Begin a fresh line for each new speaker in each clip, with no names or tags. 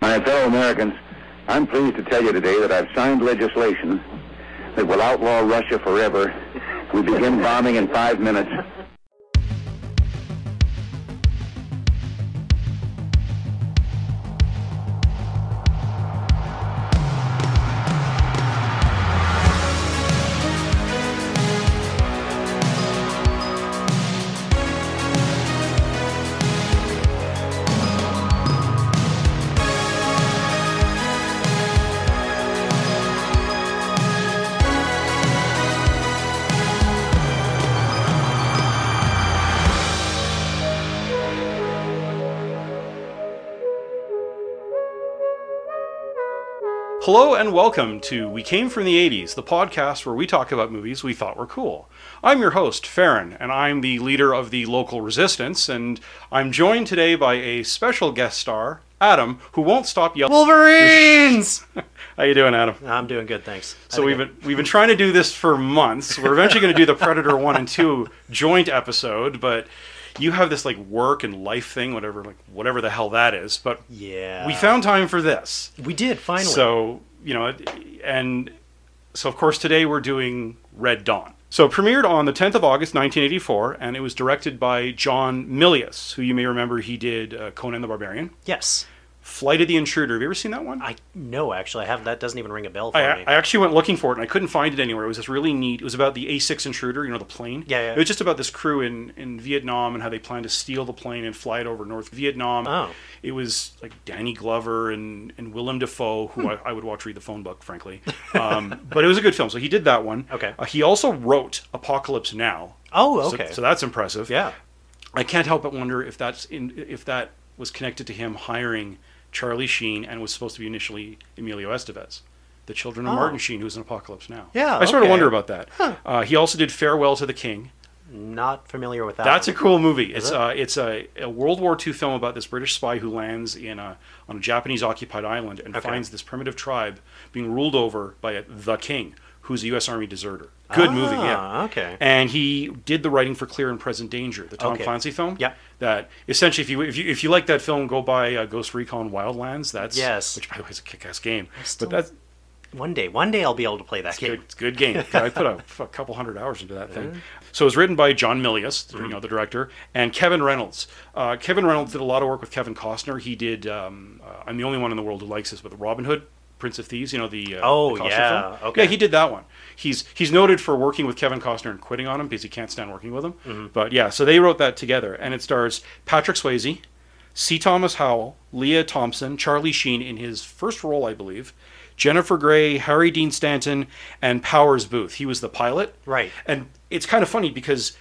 My fellow Americans, I'm pleased to tell you today that I've signed legislation that will outlaw Russia forever. We begin bombing in five minutes.
Hello and welcome to We Came From the 80s, the podcast where we talk about movies we thought were cool. I'm your host, Farron, and I'm the leader of the local resistance, and I'm joined today by a special guest star, Adam, who won't stop yelling.
Wolverines!
How you doing, Adam?
I'm doing good, thanks.
So we've been, we've been trying to do this for months. We're eventually going to do the Predator 1 and 2 joint episode, but you have this like work and life thing, whatever like whatever the hell that is, but
Yeah.
we found time for this.
we did finally.
So you know, and so of course today we're doing Red Dawn. So it premiered on the 10th of August 1984, and it was directed by John Milius, who you may remember he did uh, Conan the Barbarian,
yes,
Flight of the Intruder. Have you ever seen that one?
I no actually I have that doesn't even ring a bell for
I,
me.
I actually went looking for it and I couldn't find it anywhere. It was this really neat. It was about the A6 intruder, you know, the plane.
Yeah, yeah.
It was just about this crew in, in Vietnam and how they planned to steal the plane and fly it over North Vietnam.
Oh.
It was like Danny Glover and, and Willem Dafoe,
Hmm.
who I, I would watch read the phone book, frankly. Um, but it was a good film. So he did that one.
Okay.
Uh, he also wrote Apocalypse Now.
oh,
So-
okay.
So, that's impressive.
yeah.
I can't help but wonder if that's in, if that was connected to him hiring Charlie Sheen and was supposed to be initially Emilio Estevez, the children of
Oh.
Martin Sheen, who's in Apocalypse Now.
Yeah,
I sort of
okay.
wonder about that. Uh, he also did Farewell to the King.
Not familiar with that.
That's a
one.
cool movie. It's
it?
uh, it's a, a World War II film about this British spy who lands in a on a Japanese occupied island and
Okay.
finds this primitive tribe being ruled over by a, the king, who's a U.S. Army deserter. Good movie. Yeah.
Ah, Okay.
And he did the writing for Clear and Present Danger, the Tom
Okay.
Clancy film.
Yep.
That essentially, if you if you if you like that film, go buy uh, Ghost Recon Wildlands. That's
Yes.
Which by the way is a kick-ass game.
still-
But that's
One day, one day I'll be able to play that
it's a
game.
good, it's a good game. I put a, a couple hundred hours into that thing. So it was written by John Milius,
Mm-hmm.
you know, the director, and Kevin Reynolds. Uh, Kevin Reynolds did a lot of work with Kevin Costner. He did. Um, uh, I'm the only one in the world who likes this, but the Robin Hood. Prince of Thieves, you know the uh,
Oh,
the Costner
yeah,
film?
okay.
yeah he did that one. He's he's noted for working with Kevin Costner and quitting on him because he can't stand working with him.
Mm-hmm.
But yeah, so they wrote that together, and it stars Patrick Swayze, C. Thomas Howell, Leah Thompson, Charlie Sheen in his first role, I believe, Jennifer Grey, Harry Dean Stanton, and Powers Booth. He was the pilot.
Right.
And it's kind of funny because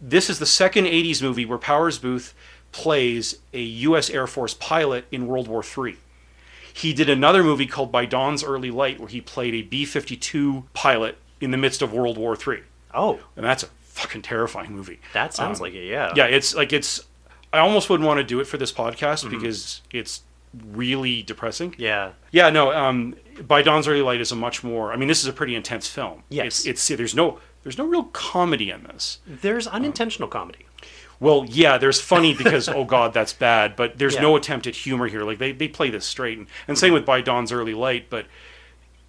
this is the second 80s movie where Powers Booth plays a U.S. Air Force pilot in World War III. He did another movie called By Dawn's Early Light where he played a B 52 pilot in the midst of World War III.
Oh,
And that's a fucking terrifying movie.
that sounds
Um,
like it. Yeah.
yeah it's like it's i almost wouldn't want to do it for this podcast
Mm-hmm.
because it's really depressing
Yeah.
yeah no um by dawn's early light is a much more i mean this is a pretty intense film
Yes.
it's, it's there's no there's no real comedy in this
There's unintentional comedy.
well yeah there's funny because oh god that's bad but there's
Yeah. Mm-hmm.
no attempt at humor here like they, they play this straight and, and same with by dawn's early light but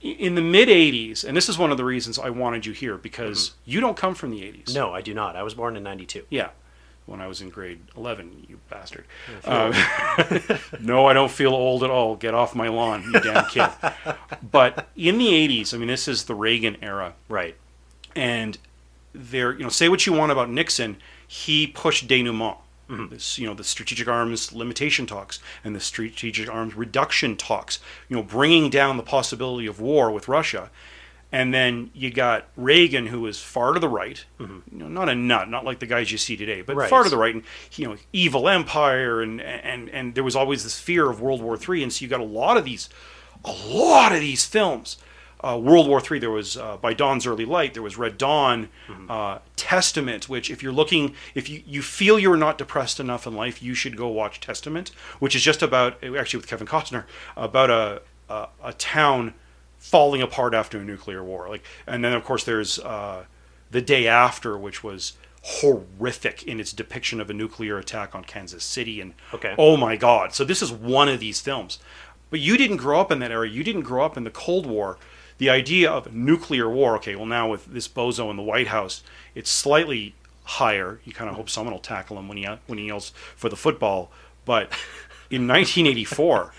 i- in the mid 80s and this is one of the reasons i wanted you here because
Mm-hmm.
you don't come from the 80s
No, I do not. I was born in '92.
Yeah. When I was in grade 11, you bastard. Uh, no, I don't feel old at all. Get off my lawn, you damn kid. But in the 80s, I mean, this is the Reagan era.
Right.
And there, you know, say what you want about Nixon, he pushed denouement. This, you know, the strategic arms limitation talks and the strategic arms reduction talks, you know, bringing down the possibility of war with Russia. And then you got Reagan, who was far to the right, you know, not a nut, not like the guys you see today, but
Right.
far to the right, and you know, evil empire, and and and there was always this fear of World War Three, and so you got a lot of these, a lot of these films. Uh, World War Three. There was uh, by Dawn's early light. There was Red Dawn, uh, Testament. Which, if you're looking, if you, you feel you're not depressed enough in life, you should go watch Testament, which is just about actually with Kevin Costner about a a, a town falling apart after a nuclear war. Like, and then of course there's uh, the day after, which was horrific in its depiction of a nuclear attack on Kansas City, and
Okay.
oh my god! So this is one of these films, But you didn't grow up in that era. You didn't grow up in the Cold War. The idea of nuclear war, okay, well, now with this bozo in the White House, it's slightly higher. You kind of hope someone will tackle him when he, when he yells for the football. But in 1984,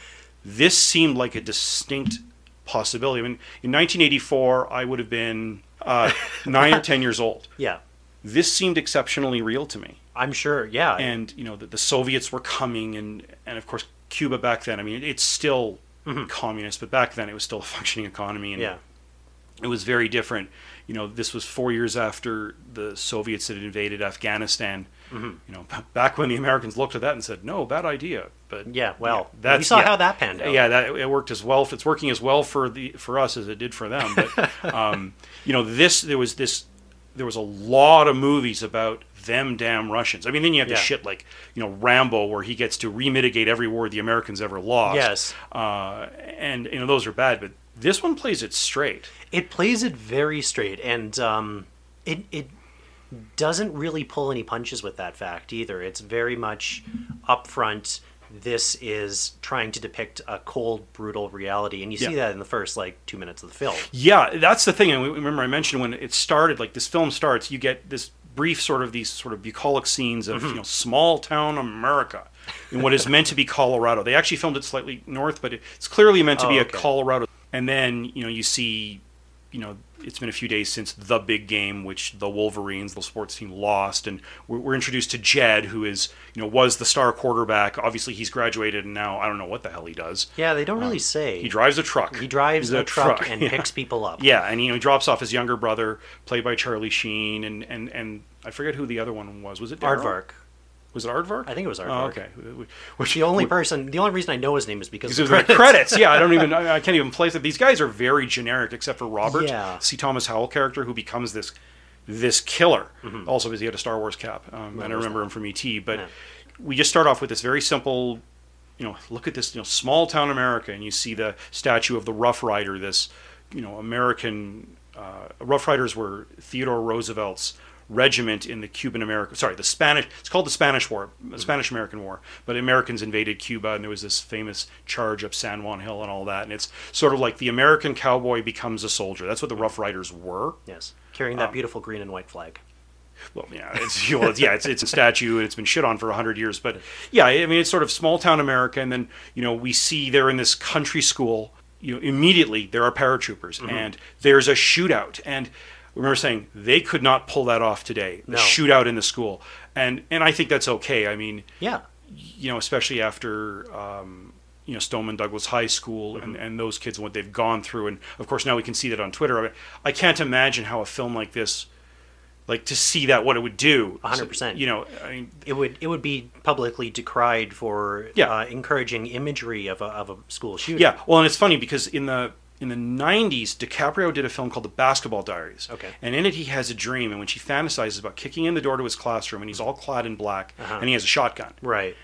this seemed like a distinct possibility. I mean, in 1984, I would have been uh, nine or 10 years old.
Yeah.
This seemed exceptionally real to me
I'm sure. Yeah.
and you know the, the Soviets were coming, and and of course Cuba back then. I mean, it, it's still communist, but back then it was still a functioning economy, and
Mm-hmm. yeah.
it was very different. You know, this was four years after the Soviets had invaded Afghanistan.
Mm-hmm.
You know, b- back when the Americans looked at that and said, "No, bad idea," but
Yeah. Well,
that's-
we saw
yeah.
how that panned out.
yeah, that it worked as well. It's working as well for the for us as it did for them. But um, you know, this there was this there was a lot of movies about them damn Russians. I mean, then you have the
Yeah.
shit like you know Rambo, where he gets to remitigate every war the Americans ever lost.
Yes.
uh, and you know those are bad, but this one plays it straight.
It plays it very straight, and um, it it doesn't really pull any punches with that fact either. It's very much upfront. This is trying to depict a cold, brutal reality, and you see
Yeah.
that in the first like two minutes of the film.
Yeah, that's the thing. And we- remember, I mentioned when it started, like this film starts, you get this brief sort of these sort of bucolic scenes of
Mm-hmm.
you know small town America in what is meant to be Colorado. They actually filmed it slightly north, but it- it's clearly meant to
Oh,
be
okay.
a Colorado. And then you know you see, you know, it's been a few days since the big game, which the Wolverines, the sports team, lost, and we're, we're introduced to Jed, who is you know was the star quarterback. Obviously, he's graduated, and now I don't know what the hell he does.
Yeah, they don't really say
Um, He drives a truck.
He drives
He's
a truck, and
yeah.
picks people up.
Yeah, and you know he drops off his younger brother, played by Charlie Sheen, and and and I forget who the other one was. Was it Darryl?
Aardvark.
Was it Aardvark?
I think it was
Oh,
Aardvark.
okay. Which
The only person, the only reason I know his name is because
because
of
of the
credits.
credits. Yeah, I don't even. I I can't even place it. These guys are very generic, except for Robert,
Yeah.
C. Thomas Howell character, who becomes this this killer.
Mm-hmm.
Also, because he had a Star Wars cap, um, and I remember him from ET. But
Yeah.
we just start off with this very simple. You know, look at this. You know, small town America, and you see the statue of the Rough Rider. This, you know, American uh, Rough Riders were Theodore Roosevelt's regiment in the Cuban American. Sorry, the Spanish. It's called the Spanish War, the Spanish American War. But Americans invaded Cuba, and there was this famous charge up San Juan Hill and all that. And it's sort of like the American cowboy becomes a soldier. That's what the Rough Riders were.
Yes, carrying
Oh.
that beautiful green and white flag.
Well, yeah, it's well, it's- yeah, it's it's a statue and it's been shit on for hundred years. But yeah, I mean, it's sort of small town America, and then you know we see they're in this country school. You know, immediately there are paratroopers, and there's a shootout. And we remember saying they could not pull that off today. The
No.
shootout in the school, and and I think that's okay. I mean,
Yeah,
you know, especially after um, you know Stoneman Douglas High School and, and those kids and what they've gone through, and of course now we can see that on Twitter. I, mean, I can't imagine how a film like this, like to see that what it would do.
100%.
You know, I mean,
it would it would be publicly decried for
Yeah.
uh, encouraging imagery of a, of a school shooting.
yeah. Well, and it's funny because in the in the 90s, DiCaprio did a film called The Basketball Diaries.
Okay.
And in it, he has a dream, and when she fantasizes about kicking in the door to his classroom, and he's all clad in black, and he has a shotgun.
right.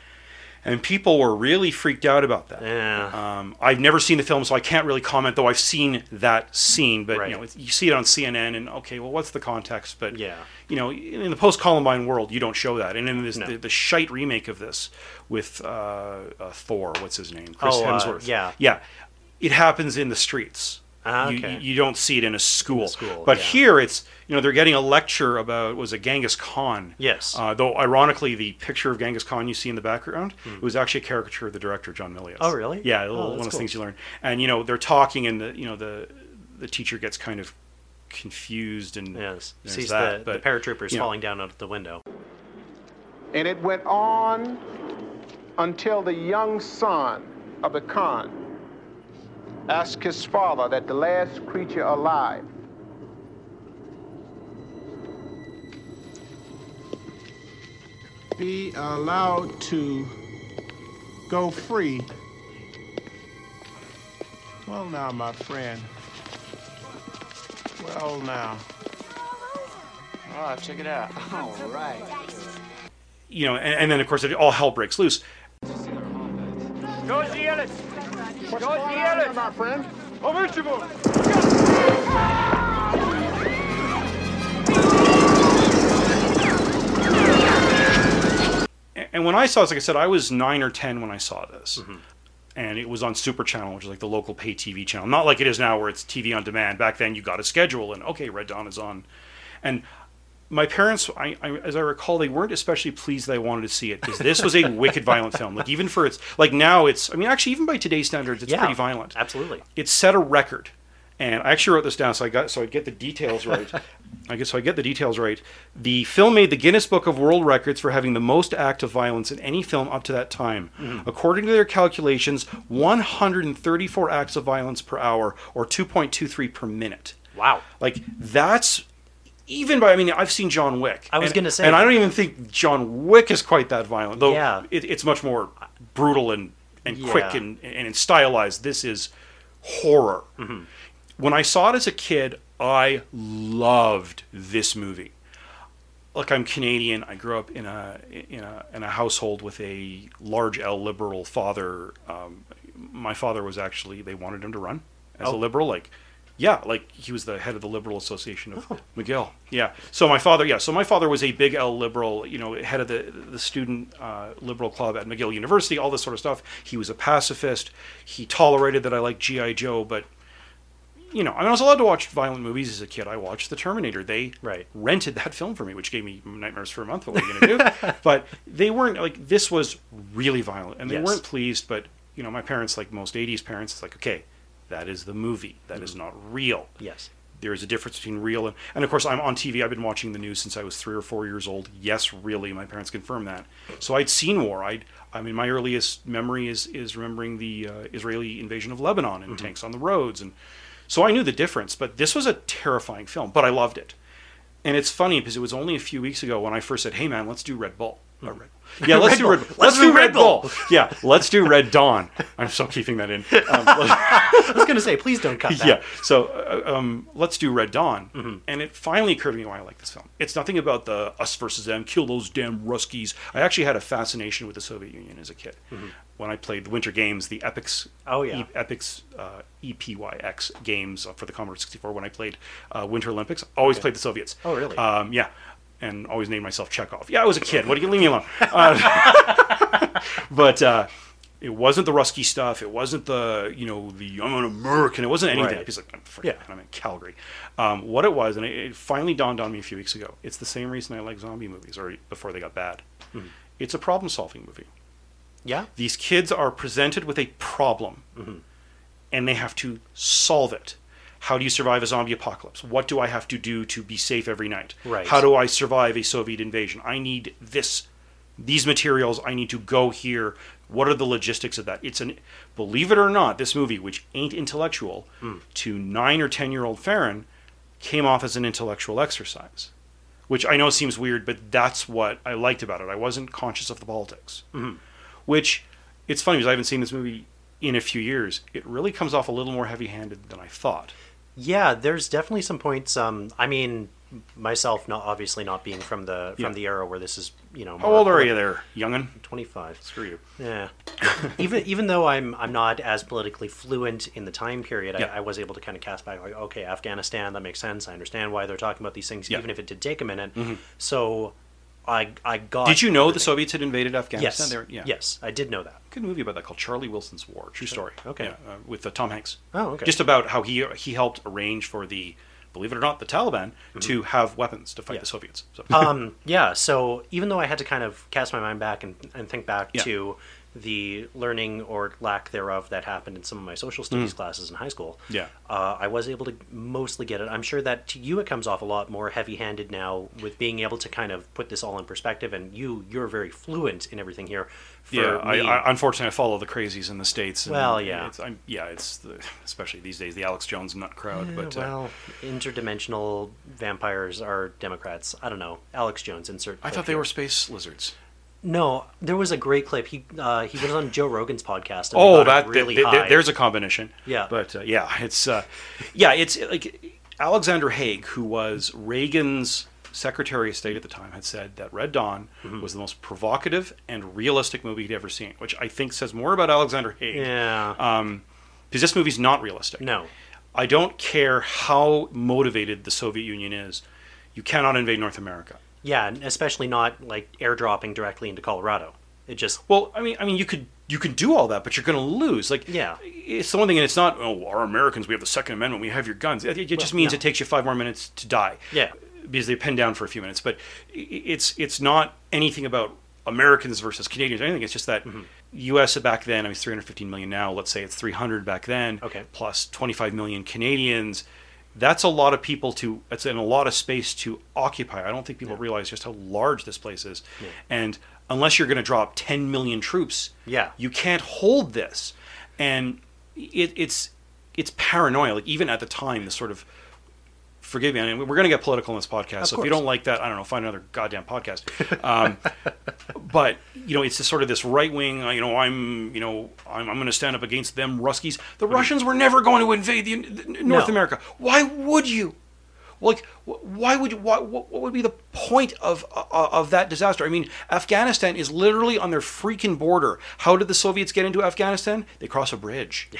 And people were really freaked out about that.
Yeah.
Um, I've never seen the film, so I can't really comment. Though I've seen that scene, but
Right.
you know, it's- you see it on CNN, and okay, well, what's the context? But
Yeah.
you know, in in the post Columbine world, you don't show that. And in this,
No.
the, the shite remake of this with uh, uh, Thor, what's his name, Chris
Oh, uh,
Hemsworth.
yeah.
yeah, it happens in the streets.
Ah,
You-
okay.
You, you don't see it in a school.
school,
but
yeah.
here, it's you know they're getting a lecture about was a Genghis Khan.
Yes.
Uh, though ironically, the picture of Genghis Khan you see in the background it was actually a caricature of the director John Milius.
Hmm. Oh, really?
Yeah,
Oh,
one
that's
of those
cool.
things you learn. And you know, they're talking, and the you know the the teacher gets kind of confused and
yes.
there's
Sees
that,
the, the
but,
paratroopers
you know,
falling down out the window.
And it went on until the young son of the Khan asked his father that the last creature alive be allowed to go free. Well, now, my friend. Well, now. All right, check it out. All right.
You know, and, and then of course it all hell breaks loose.
Go see Ellis.
What's
Go
going on
see
here,
Ellis.
my friend?
Over to you.
And when I saw this, like I said, I was nine or ten when I saw this. and it was on Super Channel, which is like the local pay TV channel. Not like it is now, where it's TV on demand. Back then, you got a schedule, and okay, Red Dawn is on. And my parents, I, I, as I recall, they weren't especially pleased that I wanted to see it because this was a wicked violent film. Like even for its, like now it's, I mean, actually even by today's standards, it's
Yeah,
pretty violent.
absolutely.
It set a record, and I actually wrote this down so I got so I get the details right. I guess so I get the details right. The film made the Guinness Book of World Records for having the most act of violence in any film up to that time. According to their calculations, 134 acts of violence per hour, or 2.23 per minute.
Wow.
Like that's even by I mean I've seen John Wick.
I was
and-
gonna say-
and I don't even think John Wick is quite that violent, though.
Yeah.
it, it's much more brutal and and quick
Yeah.
and and it's stylized. This is horror.
Mm-hmm.
When I saw it as a kid, I loved this movie. Look, I'm Canadian. I grew up in a in a in a household with a large L liberal father. Um, my father was actually they wanted him to run as a liberal. Like, yeah, like he was the head of the Liberal Association of McGill. Yeah. So my father, yeah. So my father was a big L liberal. You know, head of the the student uh, liberal club at McGill University. All this sort of stuff. He was a pacifist. He tolerated that I liked GI Joe, but you know, I, mean, I was allowed to watch violent movies as a kid. I watched The Terminator. They
Right.
rented that film for me, which gave me nightmares for a month. What were you going to do? but they weren't like this was really violent, and they
Yes.
weren't pleased. But you know, my parents, like most '80s parents, it's like, okay, that is the movie. That
Mm.
is not real.
Yes.
There is a difference between real and, and of course, I'm on TV. I've been watching the news since I was three or four years old. Yes, really, my parents confirmed that. So I'd seen war. I'd, I mean, my earliest memory is is remembering the uh, Israeli invasion of Lebanon and tanks on the roads, and so I knew the difference. But this was a terrifying film, but I loved it. And it's funny because it was only a few weeks ago when I first said, "Hey, man, let's do Red Bull." Uh, Red Bull. Yeah, let's do
Bull.
Red Bull. Let's do Red
Bull.
Bull. Yeah, let's do Red Dawn. I'm still keeping that in. Um,
I was going to say, please don't cut that. Mm-hmm.
yeah. So uh, um, let's do Red Dawn, and it finally occurred to me why I like this film. It's nothing about the us versus them, kill those damn Ruskies. I actually had a fascination with the Soviet Union as a kid. When I played the Winter Games, the Epics,
Mm-hmm. Oh, yeah.
Epics uh, EPYX games uh, for the Commodore 64. When I played uh, Winter Olympics, always played the Soviets.
Oh, really?
Um, yeah, and always named myself Chekhov. Yeah, I was a kid. What do you leave me alone? Uh, but uh, it wasn't the Rusky stuff. It wasn't the you know the I'm an American. It wasn't anything.
Right.
He's like I'm freaking
Yeah.
I'm in Calgary. Um, what it was, and it, it finally dawned on me a few weeks ago. It's the same reason I like zombie movies, or before they got bad. It's a problem solving movie.
Hmm. Yeah.
These kids are presented with a problem, and they have to solve it. How do you survive a zombie apocalypse? What do I have to do to be safe every night?
Right.
How do I survive a Soviet invasion? I need this, these materials. I need to go here. What are the logistics of that? It's an, believe it or not, this movie, which ain't intellectual, to nine or ten year old Farron, came off as an intellectual exercise, which I know seems weird, but that's what I liked about it. I wasn't conscious of the politics which it's funny because I haven't seen this movie in a few years. It really comes off a little more heavy-handed than I thought.
Yeah, there's definitely some points. Um, I mean, myself, not obviously not being from the from
Yeah.
the era where this is, you know,
How old are you there, young'un?
Twenty five.
Screw you.
Yeah. even even though I'm I'm not as politically fluent in the time period,
Yeah.
I, I was able to kind of cast back like, okay, Afghanistan, that makes sense. I understand why they're talking about these things,
Yeah. Mm-hmm.
even if it did take a minute. So, I I got.
Did you know the
everything.
Soviets had invaded Afghanistan?
Yes.
They were- yeah.
Yes, I did know that.
Good movie about that called Charlie Wilson's War. True story.
Okay.
Yeah, uh, with uh, Tom Hanks.
Oh, okay.
Just about how he uh, he helped arrange for the, believe it or not, the Taliban
Mm-hmm.
to have weapons to fight
Yeah.
the Soviets. So.
um, yeah, so even though I had to kind of cast my mind back and, and think back
Yeah.
to the learning or lack thereof that happened in some of my social studies classes in high school,
Mm. Yeah.
uh, I was able to mostly get it. I'm sure that to you it comes off a lot more heavy-handed now with being able to kind of put this all in perspective. And you, you're very fluent in everything here. For
yeah, I,
me,
I, unfortunately, I follow the crazies in the states. and
Well, yeah.
it's, I'm, yeah, it's the, especially these days the Alex Jones nut crowd.
Eh,
but uh,
well, interdimensional vampires are Democrats. I don't know. Alex Jones, insert.
I
clip
thought they
here.
were space lizards.
No, there was a great clip. He uh, he was on Joe Rogan's podcast. And
Oh,
they got
that
it
th- th-
high.
there's a combination.
Yeah.
but uh, yeah, it's uh, yeah, it's uh, like Alexander Haig, who was Reagan's Secretary of State at the time, had said that Red Dawn
Mm-hmm.
was the most provocative and realistic movie he'd ever seen, which I think says more about Alexander Haig.
yeah.
Uh, because this movie's not realistic.
no,
I don't care how motivated the Soviet Union is. You cannot invade North America.
yeah, and especially not like airdropping directly into Colorado. It just
Well, I mean, I mean, you could you can do all that, but you're going to lose. Like,
Yeah.
it's the one thing, and it's not. Oh, our Americans, we have the Second Amendment, we have your guns. It, it just means
no.
it takes you five more minutes to die.
Yeah.
because they pin down for a few minutes. But i- i- it's it's not anything about Americans versus Canadians or anything. It's just that U.S. back then, I mean, it's 315 million now. Let's say it's 300 back then.
Okay.
plus 25 million Canadians. That's a lot of people to. That's in a lot of space to occupy. I don't think people realize just how large this place is, and unless you're going to drop 10 million troops,
Yeah.
you can't hold this and it, it's it's paranoia like even at the time the sort of forgive me I mean, we're going to get political in this podcast so if you
course.
don't like that i don't know find another goddamn podcast um, but you know it's just sort of this right wing uh, you know i'm you know i'm, I'm going to stand up against them ruskies the russians were never going to invade the, the- north
No.
america why would you like wh- why would you why, what, what would be the point of uh, of that disaster i mean afghanistan is literally on their freaking border how did the soviets get into afghanistan they cross a bridge yeah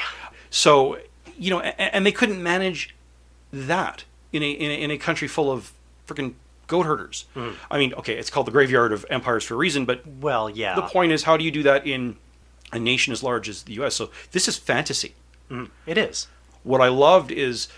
so you know and, and they couldn't manage that in a in a, in a country full of freaking goat herders i mean okay it's called the graveyard of empires for a reason but
Mm-hmm. Well, yeah.
the point is how do you do that in a nation as large as the us so this is fantasy
It is.
what I loved is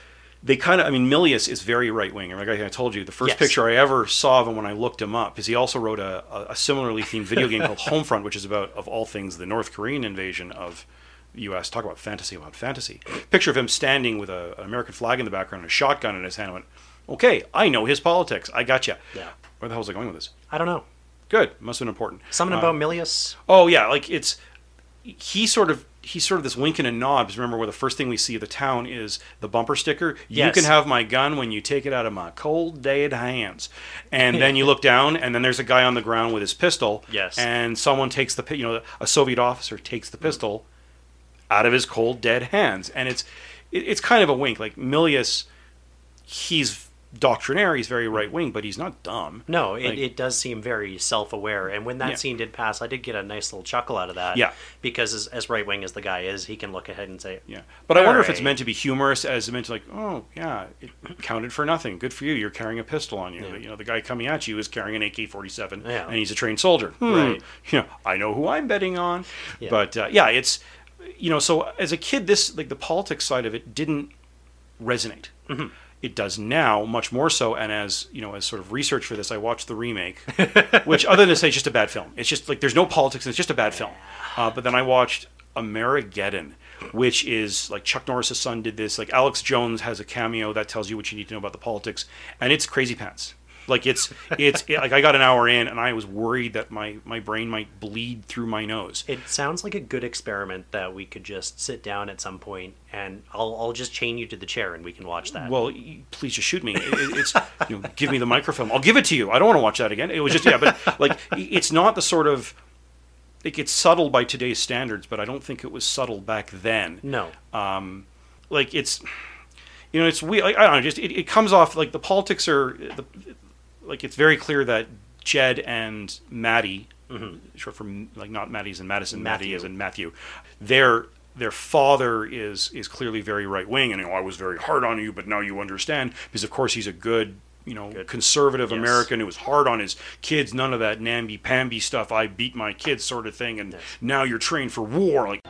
they kind of, I mean, Milius is very right wing. Like I I told you, the first
Yes.
picture I ever saw of him when I looked him up is he also wrote a, a, a similarly themed video game called Homefront, which is about, of all things, the North Korean invasion of the U.S. Talk about fantasy about fantasy. Picture of him standing with a, an American flag in the background and a shotgun in his hand. I went, okay, I know his politics. I got gotcha.
Yeah.
Where the hell was I going with this?
I don't know.
Good. Must have been important.
Something
Uh,
about Milius.
Oh yeah, like it's he sort of he's sort of this wink and a nod. Because remember, where the first thing we see of the town is the bumper sticker. You
Yes.
can have my gun when you take it out of my cold dead hands. And then you look down, and then there's a guy on the ground with his pistol.
Yes.
And someone takes the pi- you know a Soviet officer takes the pistol out of his cold dead hands, and it's it, it's kind of a wink. Like Milius, he's doctrinaire, he's very right wing, but he's not dumb.
No, it,
Like-
it does seem very self aware. And when that
Yeah.
scene did pass, I did get a nice little chuckle out of that.
Yeah.
Because as, as right wing as the guy is, he can look ahead and say,
Yeah, but I wonder if it's
Alright.
meant to be humorous, as meant to like, oh yeah, it counted for nothing. Good for you. You're carrying a pistol on you. You know, the guy coming at you is carrying an AK-47,
Yeah.
and he's a trained soldier. Hmm.
Right.
You know, I know who I'm betting on.
Yeah.
But uh, yeah, it's you know, so as a kid, this like the politics side of it didn't resonate.
Mm-hmm.
It does now much more so, and as you know, as sort of research for this, I watched the remake, which other than to say, it's just a bad film. It's just like there's no politics, and it's just a bad film. Uh, but then I watched Amerigeddon, which is like Chuck Norris's son did this. Like Alex Jones has a cameo that tells you what you need to know about the politics, and it's crazy pants. Like it's it's like I got an hour in, and I was worried that my my brain might bleed through my nose.
It sounds like a good experiment that we could just sit down at some point and I'll, I'll just chain you to the chair and we can watch that.
well, y- please just shoot me. It- it- It's you know, give me the microfilm. I'll give it to you. I don't want to watch that again. It was just yeah, but like i- it's not the sort of it gets subtle by today's standards, but I don't think it was subtle back then.
no.
Uh, Like it's you know it's we like, I don't know just it, it comes off like the politics are the like it's very clear that Jed and Maddie, short for like not Maddie's and Madison, Maddie
Mm-hmm. Matthew.
is and Matthew, their their father is is clearly very right wing, and you know, I was very hard on you, but now you understand because of course he's a good you know conservative
Yes.
American who was hard on his kids, none of that namby pamby stuff. I beat my kids sort of thing, and now you're trained for war. Like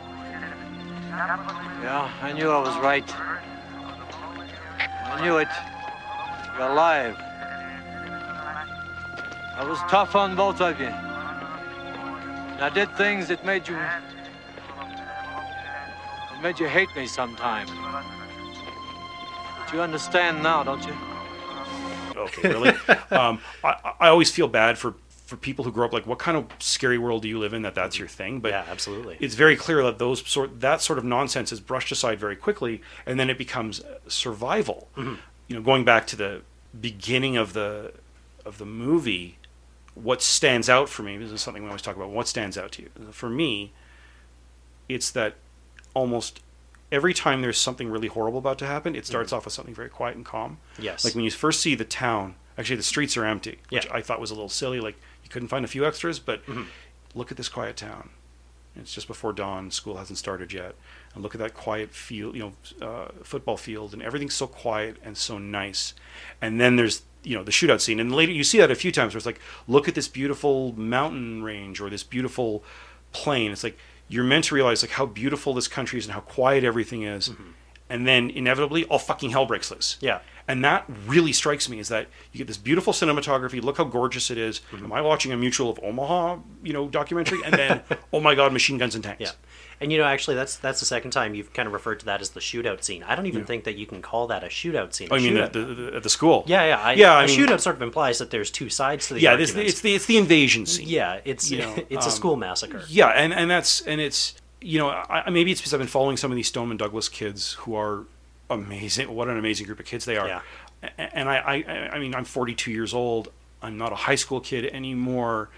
Yeah, I knew I was right. I knew it. You're alive. I was tough on both of you. And I did things that made you. that made you hate me sometimes. But you understand now, don't you?
okay, really. um, I, I always feel bad for for people who grow up like, what kind of scary world do you live in that that's your thing? But
yeah, absolutely.
it's very clear that those sort that sort of nonsense is brushed aside very quickly, and then it becomes survival.
Mm-hmm.
You know, going back to the beginning of the of the movie, what stands out for me this is something we always talk about. What stands out to you? For me, it's that almost every time there's something really horrible about to happen, it starts
Mm-hmm.
off with something very quiet and calm.
Yes.
Like when you first see the town, actually the streets are empty, which
Yeah. Mm-hmm.
I thought was a little silly. Like you couldn't find a few extras, but look at this quiet town. It's just before dawn. School hasn't started yet. And look at that quiet field, you know, uh, football field, and everything's so quiet and so nice. And then there's, you know, the shootout scene. And later you see that a few times where it's like, look at this beautiful mountain range or this beautiful plain. It's like you're meant to realize like how beautiful this country is and how quiet everything is, and then inevitably all fucking hell breaks loose.
Mm-hmm. Yeah.
And that really strikes me is that you get this beautiful cinematography. Look how gorgeous it is.
Mm-hmm.
Am I watching a Mutual of Omaha, you know, documentary? And then, oh my God, machine guns and tanks.
Yeah. And you know, actually, that's that's the second time you've kind of referred to that as the shootout scene. I don't even think that you can call that a shootout scene.
Oh,
A
you mean
shootout-
at the, the, at the school?
yeah, yeah, I,
yeah. I
a
mean,
shootout sort of implies that there's two sides to the
Yeah, this,
argument.
it's the it's the invasion scene.
yeah, it's
you know, um,
it's a school massacre.
Yeah, and, and that's and it's you know I, I- maybe it's because I've been following some of these Stoneman Douglas kids who are amazing. What an amazing group of kids they are.
Yeah.
A- And I, I I mean I'm 42 years old. I'm not a high school kid anymore,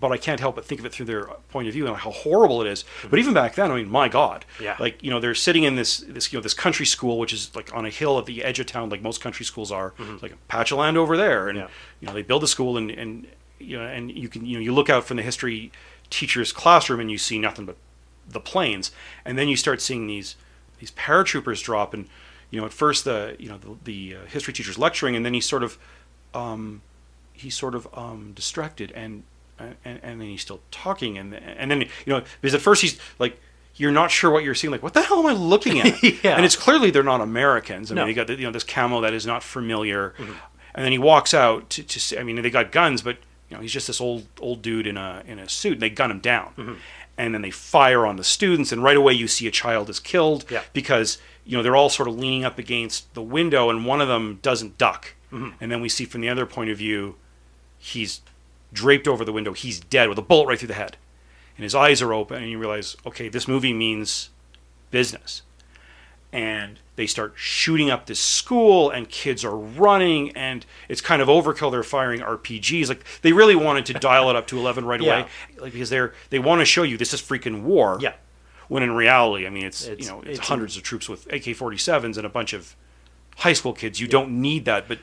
but I can't help but think of it through their point of view and how horrible it is. But even back then, I mean, my God.
Mm-hmm. Yeah.
Like you know they're sitting in this this you know this country school which is like on a hill at the edge of town like most country schools are It's like a patch of land over there and
Mm-hmm. Yeah.
you know they build a school and and you know and you can you know you look out from the history teacher's classroom and you see nothing but the planes and then you start seeing these these paratroopers drop and you know at first the you know the, the uh, history teacher's lecturing and then he sort of um he's sort of um distracted and and, and then he's still talking and and then you know because at first he's like you're not sure what you're seeing like what the hell am i looking at
Yeah.
and it's clearly they're not americans i
No. Mm-hmm.
mean you got the, you know this camo that is not familiar and then he walks out to, to see, i mean they got guns but you know he's just this old old dude in a in a suit and they gun him down
Mm-hmm.
and then they fire on the students and right away you see a child is killed
Yeah.
because you know they're all sort of leaning up against the window and one of them doesn't duck
Mm-hmm.
and then we see from the other point of view he's draped over the window. He's dead with a bullet right through the head. And his eyes are open, and you realize, okay, this movie means business. And they start shooting up this school, and kids are running, and it's kind of overkill. They're firing RPGs. Like they really wanted to dial it up to eleven right
Yeah.
away, like because they're they want to show you this is freaking war.
Yeah.
When in reality, I mean, it's,
It's-
you know it's,
it's-
hundreds of troops with AK-47s and a bunch of high school kids. You don't need that, but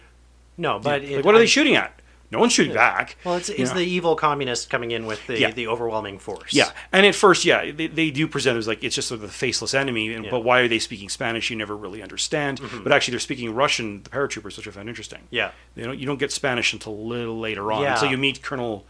No, but
like,
it-
what are
I-
they shooting at? No one's shooting back.
Well, it's,
you
it's
know?
the evil communist coming in with the,
Yeah.
the overwhelming force.
Yeah, and at first, yeah, they, they do present it as like it's just sort of the faceless enemy, and
Yeah. Mm-hmm.
but why are they speaking Spanish? You never really understand. But actually, they're speaking Russian. The paratroopers, which I found interesting.
Yeah.
they don't you don't get Spanish until a little later on.
Yeah.
until you meet Colonel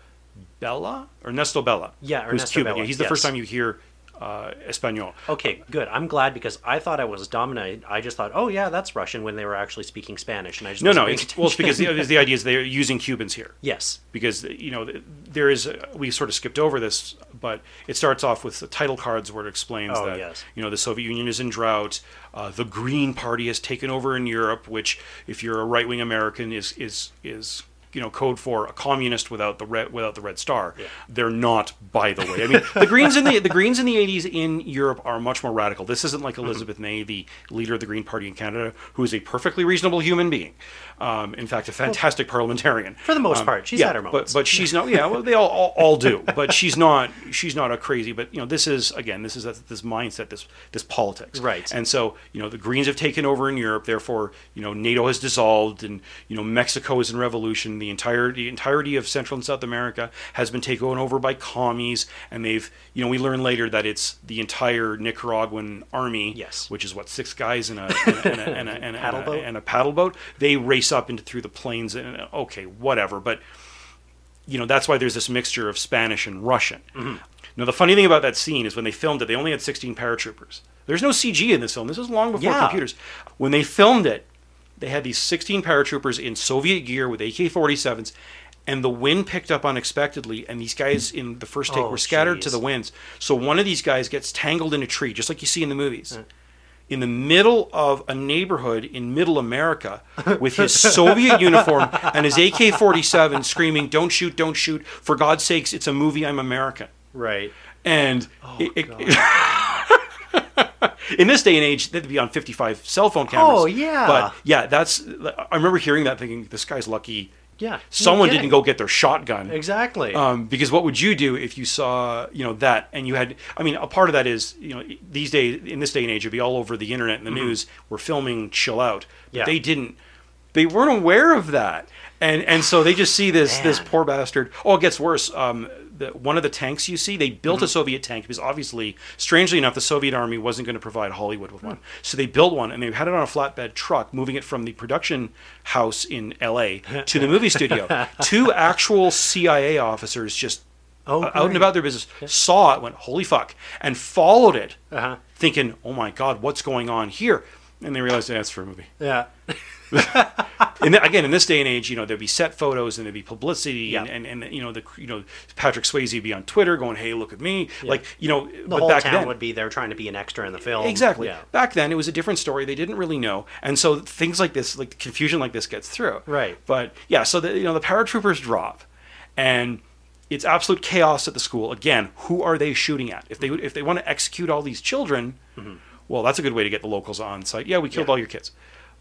Bella or Ernesto Bella.
Yeah,
who's
Ernesto
Cuban.
Bella,
Yeah, he's the first
yes. Oh,
time you hear uh, Espanol.
Okay, good. I'm glad because I thought I was dominated. I just thought, oh yeah, that's Russian when they were actually speaking Spanish, and I just
No,
wasn't
no,
paying
it's, well, it's because
attention.
the, it's the idea is they're using Cubans here.
yes,
because you know there is we sort of skipped over this but it starts off with the title cards where it explains
Oh,
that
yes.
you know the soviet union is in drought uh, the green party has taken over in europe which if you're a right-wing american is is is you know code for a communist without the red without the red star they're not by the way i mean the greens in the the greens in the 80s in europe are much more radical this isn't
Mm-hmm.
like elizabeth may the leader of the green party in canada who is a perfectly reasonable human being um, in fact a fantastic parliamentarian
for the most part, she's
Um, yeah,
had her
but
moments.
but she's not. Yeah, well, they all, all all do. But she's not. She's not a crazy. But you know, this is again, this is a, this mindset, this this politics,
Right.
And so you know, the Greens have taken over in Europe. Therefore, you know, NATO has dissolved, and you know, Mexico is in revolution. The entire the entirety of Central and South America has been taken over by commies, and they've you know, we learn later that it's the entire Nicaraguan army,
Yes.
which is what six guys in a in a, in a, in a, in a,
Paddle
in a,
boat?
in a paddle boat. They race up into through the plains, and okay, whatever. But you know that's why there's this mixture of Spanish and Russian.
Mm-hmm.
Now the funny thing about that scene is when they filmed it, they only had 16 paratroopers. There's no CG in this film. This was long before
Yeah.
computers. When they filmed it, they had these 16 paratroopers in Soviet gear with AK-47s, and the wind picked up unexpectedly, and these guys in the first take
Oh,
were scattered to
jeez.
the winds. So one of these guys gets tangled in a tree, just like you see in the movies. In the middle of a neighborhood in middle America with his Soviet uniform and his AK 47 screaming, Don't shoot, don't shoot. For God's sakes, it's a movie, I'm American.
right.
And
Oh,
it- it- in this day and age, that'd be on 55 cell phone cameras.
Oh, yeah.
But yeah, that's. I remember hearing that thinking, this guy's lucky.
Yeah, no
Someone didn't
kidding.
go get their shotgun.
Exactly.
Um, because what would you do if you saw, you know, that and you had? I mean, a part of that is, you know, these days in this day and age, it'd be all over the internet and the
Mm-hmm.
news. We're filming Chill Out, but
Yeah.
they didn't. They weren't aware of that, and and so they just see this this
Man.
poor bastard. Oh, it gets worse. Um, the, one of the tanks you see, they built
Mm-hmm.
a Soviet tank because obviously, strangely enough, the Soviet army wasn't going to provide Hollywood with one. So they built one and they had it on a flatbed truck, moving it from the production house in L.A. to the movie studio. Two actual CIA officers just
Oh,
uh, out
right.
and about their business, saw it, went, holy fuck, and followed it,
Uh-huh.
thinking, oh my God, what's going on here? And they realized that's for a movie.
Yeah.
and th- again, in this day and age, you know, there'd be set photos and there'd be publicity,
Yeah.
and, and and you know, the you know, Patrick Swayze would be on Twitter going, "Hey, look at me!" Like you know,
The
but
whole
back
town
then,
would be there trying to be an extra in the film.
exactly.
Yeah.
Back then, it was a different story. They didn't really know, and so things like this, like confusion like this, gets through.
Right.
But yeah, so the, you know, the paratroopers drop, and it's absolute chaos at the school. Again, who are they shooting at? If they would- if they want to execute all these children,
Mm-hmm.
well, that's a good way to get the locals on site. Yeah, we killed all your kids,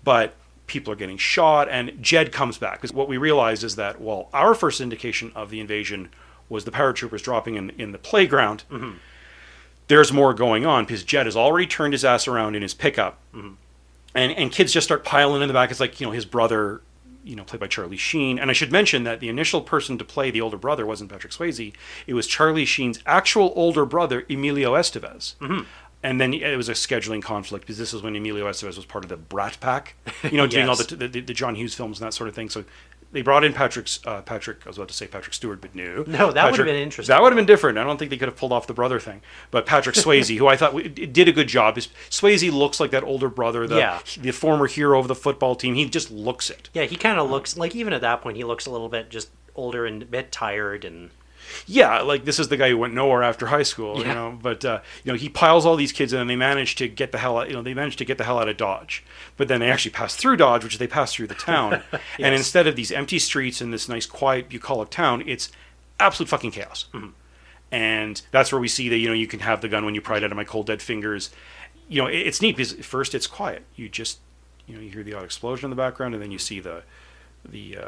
but people are getting shot, and Jed comes back because what we realized is that well, our first indication of the invasion was the paratroopers dropping in in the playground
Mm-hmm.
there's more going on because Jed has already turned his ass around in his pickup,
Mm-hmm.
and and kids just start piling in the back. It's like you know his brother, you know, played by Charlie Sheen. And I should mention that the initial person to play the older brother wasn't Patrick Swayze; it was Charlie Sheen's actual older brother Emilio Estevez.
Mm-hmm.
And then it was a scheduling conflict because this is when Emilio Estevez was part of the Brat Pack, you know, doing all the,
Yes.
the the John Hughes films and that sort of thing. So they brought in Patrick's uh, Patrick. I was about to say Patrick Stewart, but no,
No, that would've
Patrick-
been interesting.
That would have been different. I don't think they could have pulled off the brother thing. But Patrick Swayze, who I thought w- it did a good job, is Swayze looks like that older brother, the
Yeah.
the former hero of the football team. He just looks it.
Yeah, he kind of looks like even at that point he looks a little bit just older and a bit tired and
Yeah, like this is the guy who went nowhere after high school, you
Yeah.
know. But uh, you know, he piles all these kids, and then they manage to get the hell out. You know, they manage to get the hell out of Dodge. But then they actually pass through Dodge, which they pass through the town. And instead of these empty streets and this nice, quiet, bucolic town, it's absolute fucking chaos. and that's where we see that you know you can have the gun when you pry it out of my cold dead fingers you know it, it's neat because at first it's quiet you just you know you hear the odd explosion in the background and then you see the the uh,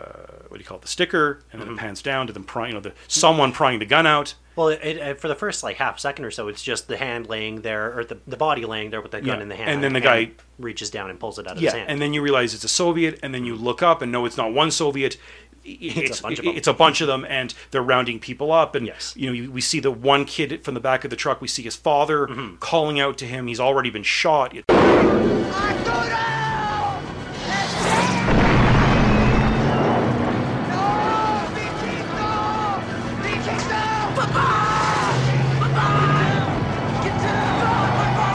what do you call it the sticker and then it pans down to them prying you know the someone prying the gun out
well, it, it, for the first like half second or so, it's just the hand laying there or the, the body laying there with the gun
Yeah,
in the hand,
and then the guy-
reaches down and pulls it out of
yeah
his hand.
and then you realize it's a soviet and then you look up and no it's not one soviet it's, it's, a, bunch of them. and they're rounding people up and
Yes.
you know you, we see the one kid from the back of the truck we see his father calling out to him he's already been shot
Arturo! ¡No! ¡Bichito! ¡Bichito! ¡Papá! ¡Papá! ¡Get down! ¡Papá!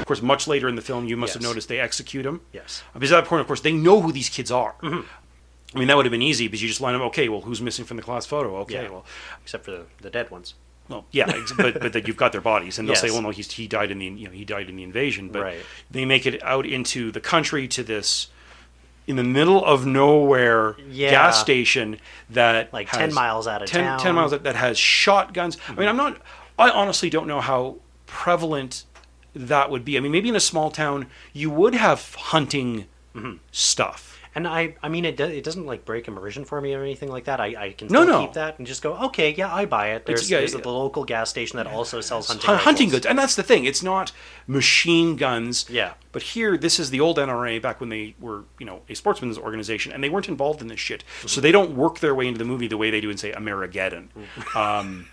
Of course, much later in the film, you must have
Yes.
noticed they execute him.
Yes.
Because at that point, of course, they know who these kids are. I mean, that would have been easy because you just line them. Okay, well, who's missing from the class photo? Okay,
Yeah.
well,
except for the, the dead ones.
well, yeah, ex- but but that you've got their bodies, and they'll say,
Yes.
well, no, he's, he died in the you know he died in the invasion. But
Right.
they make it out into the country to this. In the middle of nowhere
Yeah.
gas station that
Like 10 miles out of
10,
town.
10 miles out- that has shotguns. I mean, I'm not. I honestly don't know how prevalent that would be. I mean, maybe in a small town you would have hunting
Mm-hmm.
stuff.
And I, I mean, it do, it doesn't like break immersion for me or anything like that. I, I can
No,
still
no.
keep that and just go, okay, yeah, I buy it. There's,
yeah,
there's
yeah.
the local gas station that also sells hunting
Hun- hunting
rifles.
goods, and that's the thing. It's not machine guns.
Yeah.
But here, this is the old NRA back when they were, you know, a sportsman's organization, and they weren't involved in this shit.
Mm-hmm.
So they don't work their way into the movie the way they do in, say, Amerigeddon. Um,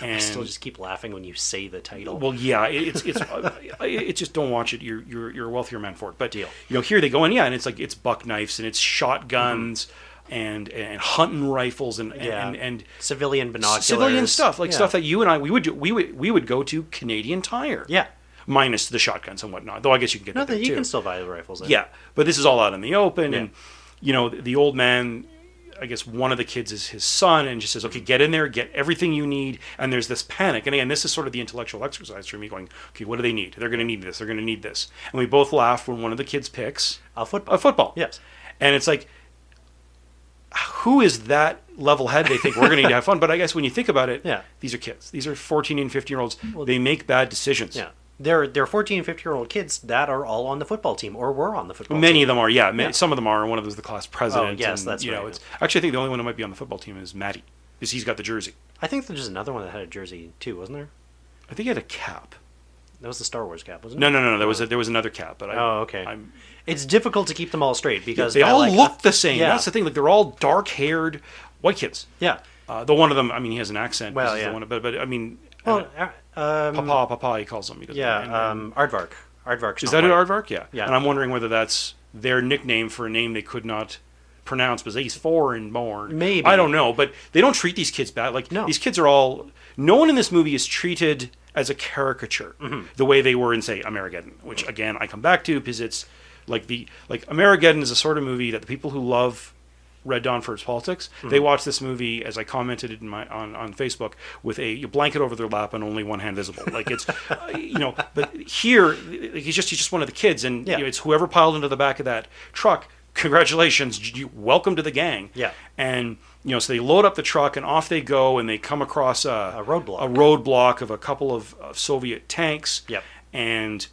and
Mm. I still just keep laughing when you say the title.
Well, yeah, it, it's it's uh, it, it just don't watch it. You're you're you're a wealthier man for it. But
Deal.
you know, here they go in, yeah, and it's like it's buck knives and it's shotguns and and hunting rifles and and
Mm-hmm. yeah.
and, and
civilian binoculars,
civilian stuff like
Yeah.
stuff that you and I we would do, we would we would go to Canadian Tire.
Yeah.
minus the shotguns and whatnot. Though I guess you can get
No,
that there
that you
too.
can still buy the rifles. I
Yeah, but this is all out in the open,
Yeah.
and you know the old man. I guess one of the kids is his son, and just says, "Okay, get in there, get everything you need." And there's this panic, and again, this is sort of the intellectual exercise for me, going, "Okay, what do they need? They're going to need this. They're going to need this." And we both laugh when one of the kids picks
A football.
a football.
Yes.
and it's like, who is that level head? They think we're going to need to have fun, but I guess when you think about it,
Yeah.
these are kids. These are 14 and 15 year olds. they make bad decisions.
Yeah. They're, they're 14 and 15 year old kids that are all on the football team or were on the football
Many
team.
of them are, yeah. ma- Some of them are. One of them is the class president.
Oh, yes,
and,
that's
you know,
right.
it's actually I think the only one who might be on the football team is Matty, because he's got the jersey.
I think there's another one that had a jersey too, wasn't there?
I think he had a cap.
That was the Star Wars cap, wasn't
No,
it?
no, no, no. There was a, there was another cap, but I,
Oh, okay.
I'm-
It's difficult to keep them all straight because
they
by,
all
like,
look the same.
Yeah.
That's the thing. Like they're all dark haired white kids.
Yeah.
Uh, though one of them, I mean, he has an accent. 'cause
Well,
he's the
yeah.
one- but but I mean,
Well, uh,
uh,
um,
Papa, Papa, he calls him. He doesn't- and-
yeah,
and-
um, Aardvark. Aardvark's
is
not
that an
white.
aardvark? Yeah.
Yeah.
And I'm wondering whether that's their nickname for a name they could not pronounced as Ace Four and born.
Maybe.
I don't know, but they don't treat these kids bad. Like
No.
these kids are all. No one in this movie is treated as a caricature the way they were in say American, which again I come back to because it's like the like American is a sort of movie that the people who love Red Dawn for its politics. They watch this movie, as I commented in my on, on Facebook, with a blanket over their lap and only one hand visible. Like it's, uh, you know, but here like, he's just he's just one of the kids, and you
Yeah.
know, it's whoever piled into the back of that truck. Congratulations, you, welcome to the gang.
Yeah.
and you know, so they load up the truck and off they go, and they come across a,
A roadblock.
a roadblock of a couple of, of Soviet tanks.
Yep.
and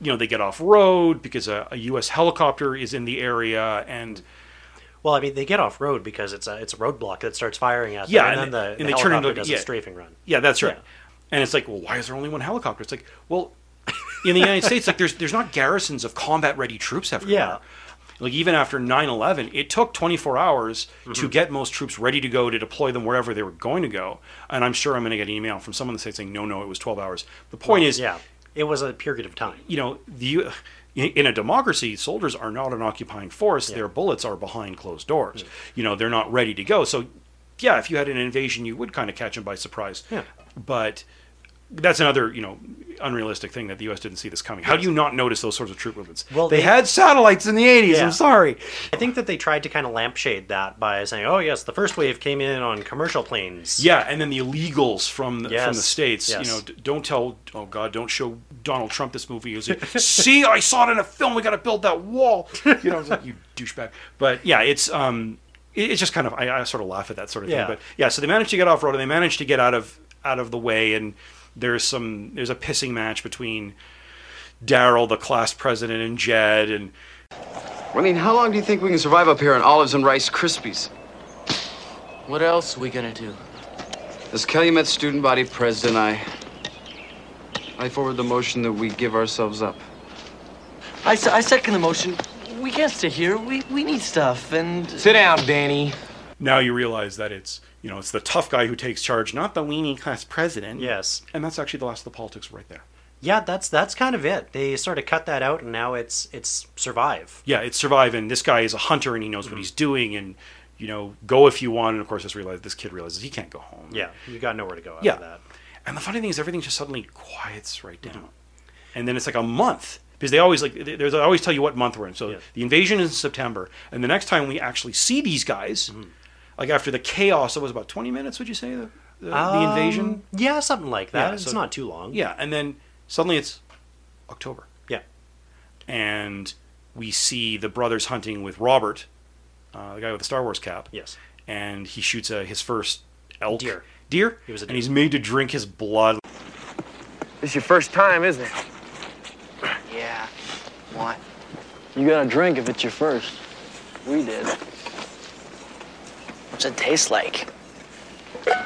you know they get off road because a, a U.S. helicopter is in the area, and
Well, I mean, they get off road because it's a it's a roadblock that starts firing at them,
Yeah,
and,
and
then
they-
the,
and they
the
turn
helicopter
into-
does
yeah.
a strafing run.
Yeah, that's right.
Yeah.
And it's like, well, why is there only one helicopter? It's like, well, in the United States, like there's there's not garrisons of combat ready troops everywhere.
Yeah.
Like even after 9/11, it took 24 hours
Mm-hmm.
to get most troops ready to go to deploy them wherever they were going to go. And I'm sure I'm going to get an email from someone that says saying, no, no, it was 12 hours. The point is,
Yeah, it was a period of time.
you know, the U- in a democracy, soldiers are not an occupying force. Their bullets are behind closed doors.
Hmm.
You know, they're not ready to go. So, yeah, if you had an invasion, you would kind of catch them by surprise.
Yeah.
But that's another, you know, unrealistic thing that the U.S. didn't see this coming. How do you not notice those sorts of troop movements?
Well,
they,
they-
had satellites in the 80s.
Yeah.
I'm sorry.
I think that they tried to kind of lampshade that by saying, "Oh yes, the first wave came in on commercial planes."
Yeah, and then the illegals from the, from the
Yes,
states.
yes.
You know, d- don't tell. Oh God, don't show Donald Trump this movie. Is it? See, I saw it in a film. We got to build that wall. You know, I was like, you douchebag. But yeah, it's um, it- it's just kind of I, I sort of laugh at that sort of
Yeah.
thing. But yeah, so they managed to get off road and they managed to get out of out of the way. And there's some there's a pissing match between Daryl, the class president, and Jed, and
I mean, how long do you think we can survive up here on olives and Rice Krispies?
What else are we gonna do?
As Calumet student body president, I. I forward the motion that we give ourselves up.
I, se- I second the motion. We can't stay here. We, we need stuff, and.
Sit down, Danny.
now you realize that it's you know it's the tough guy who takes charge, not the weenie class president.
Yes.
and that's actually the last of the politics right there.
Yeah, that's that's kind of it. They sort of cut that out, and now it's it's survive.
yeah, it's survive. And this guy is a hunter and he
Mm-hmm.
knows what he's doing. And you know, go if you want. And of course, this realize this kid realizes he can't go home.
Yeah, you got nowhere to go after
Yeah.
that. Mm-hmm.
And the funny thing is, everything just suddenly quiets right down. And then it's like a month because they always like they- there's they always tell you what month we're in. So
Yeah.
the invasion is in September, and the next time we actually see these guys,
Mm-hmm.
like after the chaos, it was about twenty minutes. Would you say the, the, the invasion?
Yeah, something like that.
Yeah,
it's
so-
not too long.
Yeah, and then suddenly it's October.
yeah.
and we see the brothers hunting with Robert, uh, the guy with the Star Wars cap.
Yes.
And he shoots uh his first elk.
Deer.
Deer.
He was a
And
deer.
he's made to drink his blood.
This your first time, isn't it?
Yeah. What? You gotta drink if it's your first. We did. What's it taste like?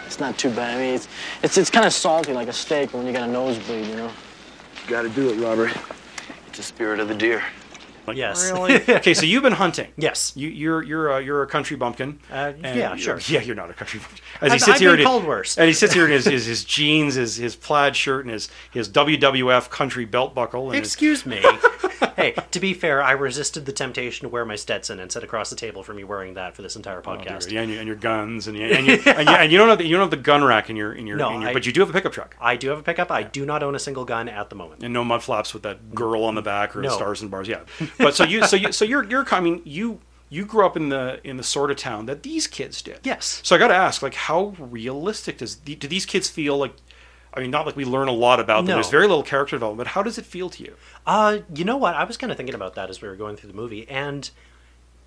It's not too bad. I mean, it's it's, it's kind of salty, like a steak when you got a nosebleed, you know.
Gotta do it, Robert. It's the spirit of the deer.
Like,
Yes.
Really? okay, so you've been hunting.
Yes.
You, you're you're a, you're a country bumpkin.
Uh,
And
yeah,
you're-
sure.
Yeah, you're not a country bumpkin. As he
I've-
sits
I've
here, in
been
his-
called worse.
And he sits here in his, his, his jeans, his his plaid shirt, and his his WWF country belt buckle. And his-
Excuse me. hey, to be fair, I resisted the temptation to wear my Stetson and sit across the table from you wearing that for this entire podcast.
Oh, yeah, and, your, and your guns, and you, and, you, and, you, and you don't have the, you don't have the gun rack in your in your,
No,
in your
I-
but you do have a pickup truck.
I do have a pickup. I do not own a single gun at the moment.
and no mud flaps with that girl on the back or the
No.
stars and bars. Yeah, but so you, so you, so you're, you're, I mean, you, you grew up in the in the sort of town that these kids did.
Yes.
So I got to ask, like, how realistic does the, do these kids feel? Like, I mean, not like we learn a lot about them.
No.
There's very little character development. But how does it feel to you?
Uh, you know what? I was kind of thinking about that as we were going through the movie, and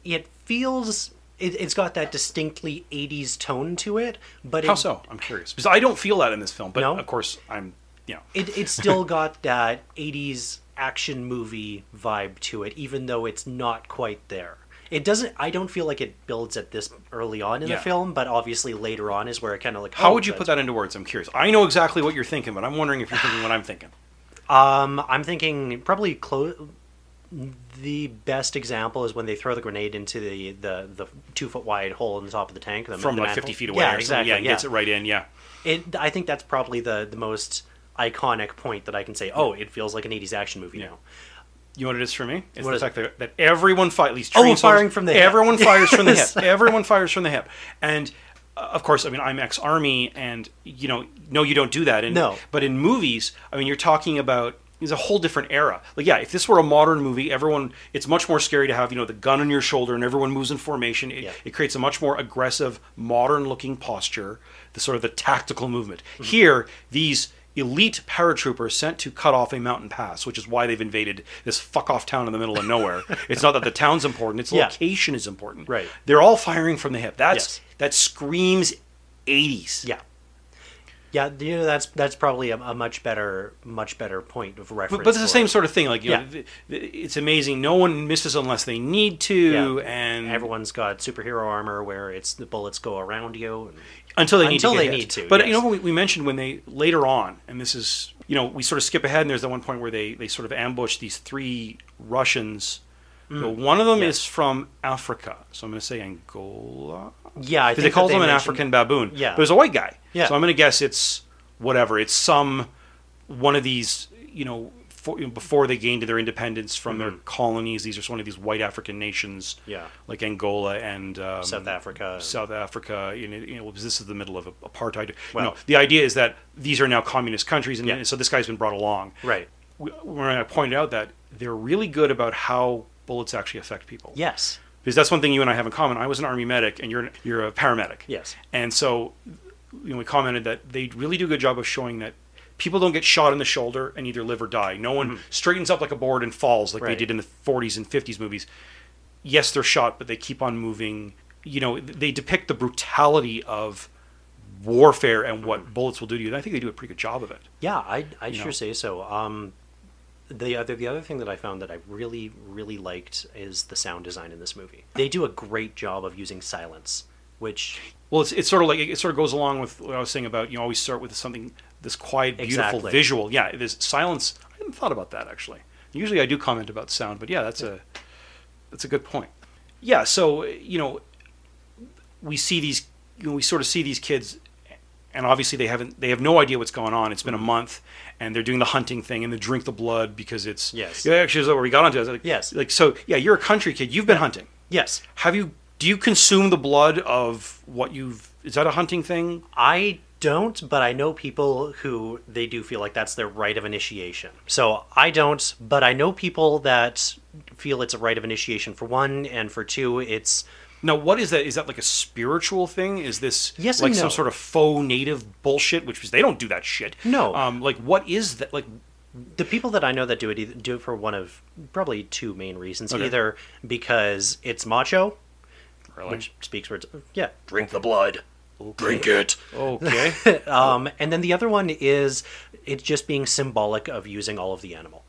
it feels it, it's got that distinctly '80s tone to it. But
How
it,
so? I'm curious because I don't feel that in this film. But
No?
of course, I'm, you know,
It it's still got that '80s action movie vibe to it, even though it's not quite there. It doesn't. I don't feel like it builds at this early on in
Yeah.
the film, but obviously later on is where it kind of like.
how
oh,
would you put
that's-
that into words? I'm curious. I know exactly what you're thinking, but I'm wondering if you're thinking what I'm thinking.
Um, I'm thinking probably close. The best example is when they throw the grenade into the the, the two foot wide hole in the top of the tank. The,
From
the
like
manhole.
50 feet away,
Yeah,
or something.
exactly.
Yeah,
Yeah,
and gets it right in. Yeah.
It- I think that's probably the the most iconic point that I can say. Oh, it feels like an '80s action movie now.
You know what it is for me? It's
What
the
is
fact
it?
that, that everyone fight at least.
Oh,
training
firing
soldiers-
from the hip.
everyone fires from the hip.
Yes.
Everyone fires from the hip, and uh, of course, I mean, I'm ex-army, and you know, no, you don't do that. And,
No.
but in movies, I mean, you're talking about is a whole different era. Like, yeah, if this were a modern movie, everyone, it's much more scary to have you know the gun on your shoulder and everyone moves in formation. It,
Yeah.
it creates a much more aggressive, modern-looking posture, the sort of the tactical movement.
Mm-hmm.
Here, these elite paratroopers sent to cut off a mountain pass, which is why they've invaded this fuck off town in the middle of nowhere. it's not that the town's important; its
Yeah.
location is important.
Right.
They're all firing from the hip. That's
Yes.
that screams. 80s.
Yeah. Yeah, you know, that's that's probably a, a much better much better point of reference.
But, but it's the
for
same
it.
sort of thing. Like, you know,
Yeah.
th- th- it's amazing. No one misses unless they need to,
Yeah.
and
Everyone's got superhero armor where it's the bullets go around you. And,
until they need
Until
to. get
they
hit.
need to,
But you
yes.
know, we, we mentioned when they later on, and this is you know, we sort of skip ahead, and there's that one point where they they sort of ambush these three Russians.
Mm.
So one of them is from Africa, so I'm going to say Angola.
yeah, I
Because
think
they
that
called him an
mentioned-
African baboon.
Yeah.
But it's a white guy.
Yeah.
So I'm going to guess it's whatever. It's some one of these, you know, for, you know, before they gained their independence from their colonies, these are one of these white African nations.
Mm-hmm. Yeah.
Like Angola and um,
South Africa.
South Africa. You know, you know, this is the middle of apartheid.
Well-
you know, the idea is that these are now communist countries, and,
Yeah.
and so this guy's been brought along.
Right.
We- When I pointed out that they're really good about how bullets actually affect people
Yes.
because that's one thing you and I have in common. I was an army medic, and you're an, you're a paramedic.
Yes.
And so, you know, we commented that they really do a good job of showing that people don't get shot in the shoulder and either live or die. No one straightens up like a board and falls like they
Right.
did in the 40s and 50s movies. Yes, they're shot, but they keep on moving. You know, they depict the brutality of warfare and what bullets will do to you. And I think they do a pretty good job of it.
Yeah, I I
You
sure
know.
say so. Um, the other the other thing that I found that I really really liked is the sound design in this movie. They do a great job of using silence, which
Well, it's, it's sort of like it sort of goes along with what I was saying about you always start with something this quiet, beautiful
Exactly.
visual. Yeah, there's silence. I hadn't thought about that actually. Usually I do comment about sound, but yeah, that's a that's a good point. Yeah, so you know, we see these, you know, we sort of see these kids, and obviously they haven't, they have no idea what's going on. It's been
Mm-hmm.
a month, and they're doing the hunting thing and they drink the blood because it's
Yes.
Yeah, actually, is that where we got onto? I was like,
Yes.
like so. Yeah, you're a country kid. You've been hunting
yes,
have you do you consume the blood of what you've is that a hunting thing
I don't, but I know people who they do feel like that's their rite of initiation. So I don't, but I know people that feel it's a rite of initiation for one, and for two, it's
now what is that is that like a spiritual thing is this
Yes and
like
no.
some sort of faux native bullshit which is they don't do that shit
No.
um like what is that like
the people that I know that do it either, do it for one of probably two main reasons:
Okay.
either because it's macho, which speaks for it, yeah, drink the blood, drink it.
okay
Um, and then the other one is it's just being symbolic of using all of the animal.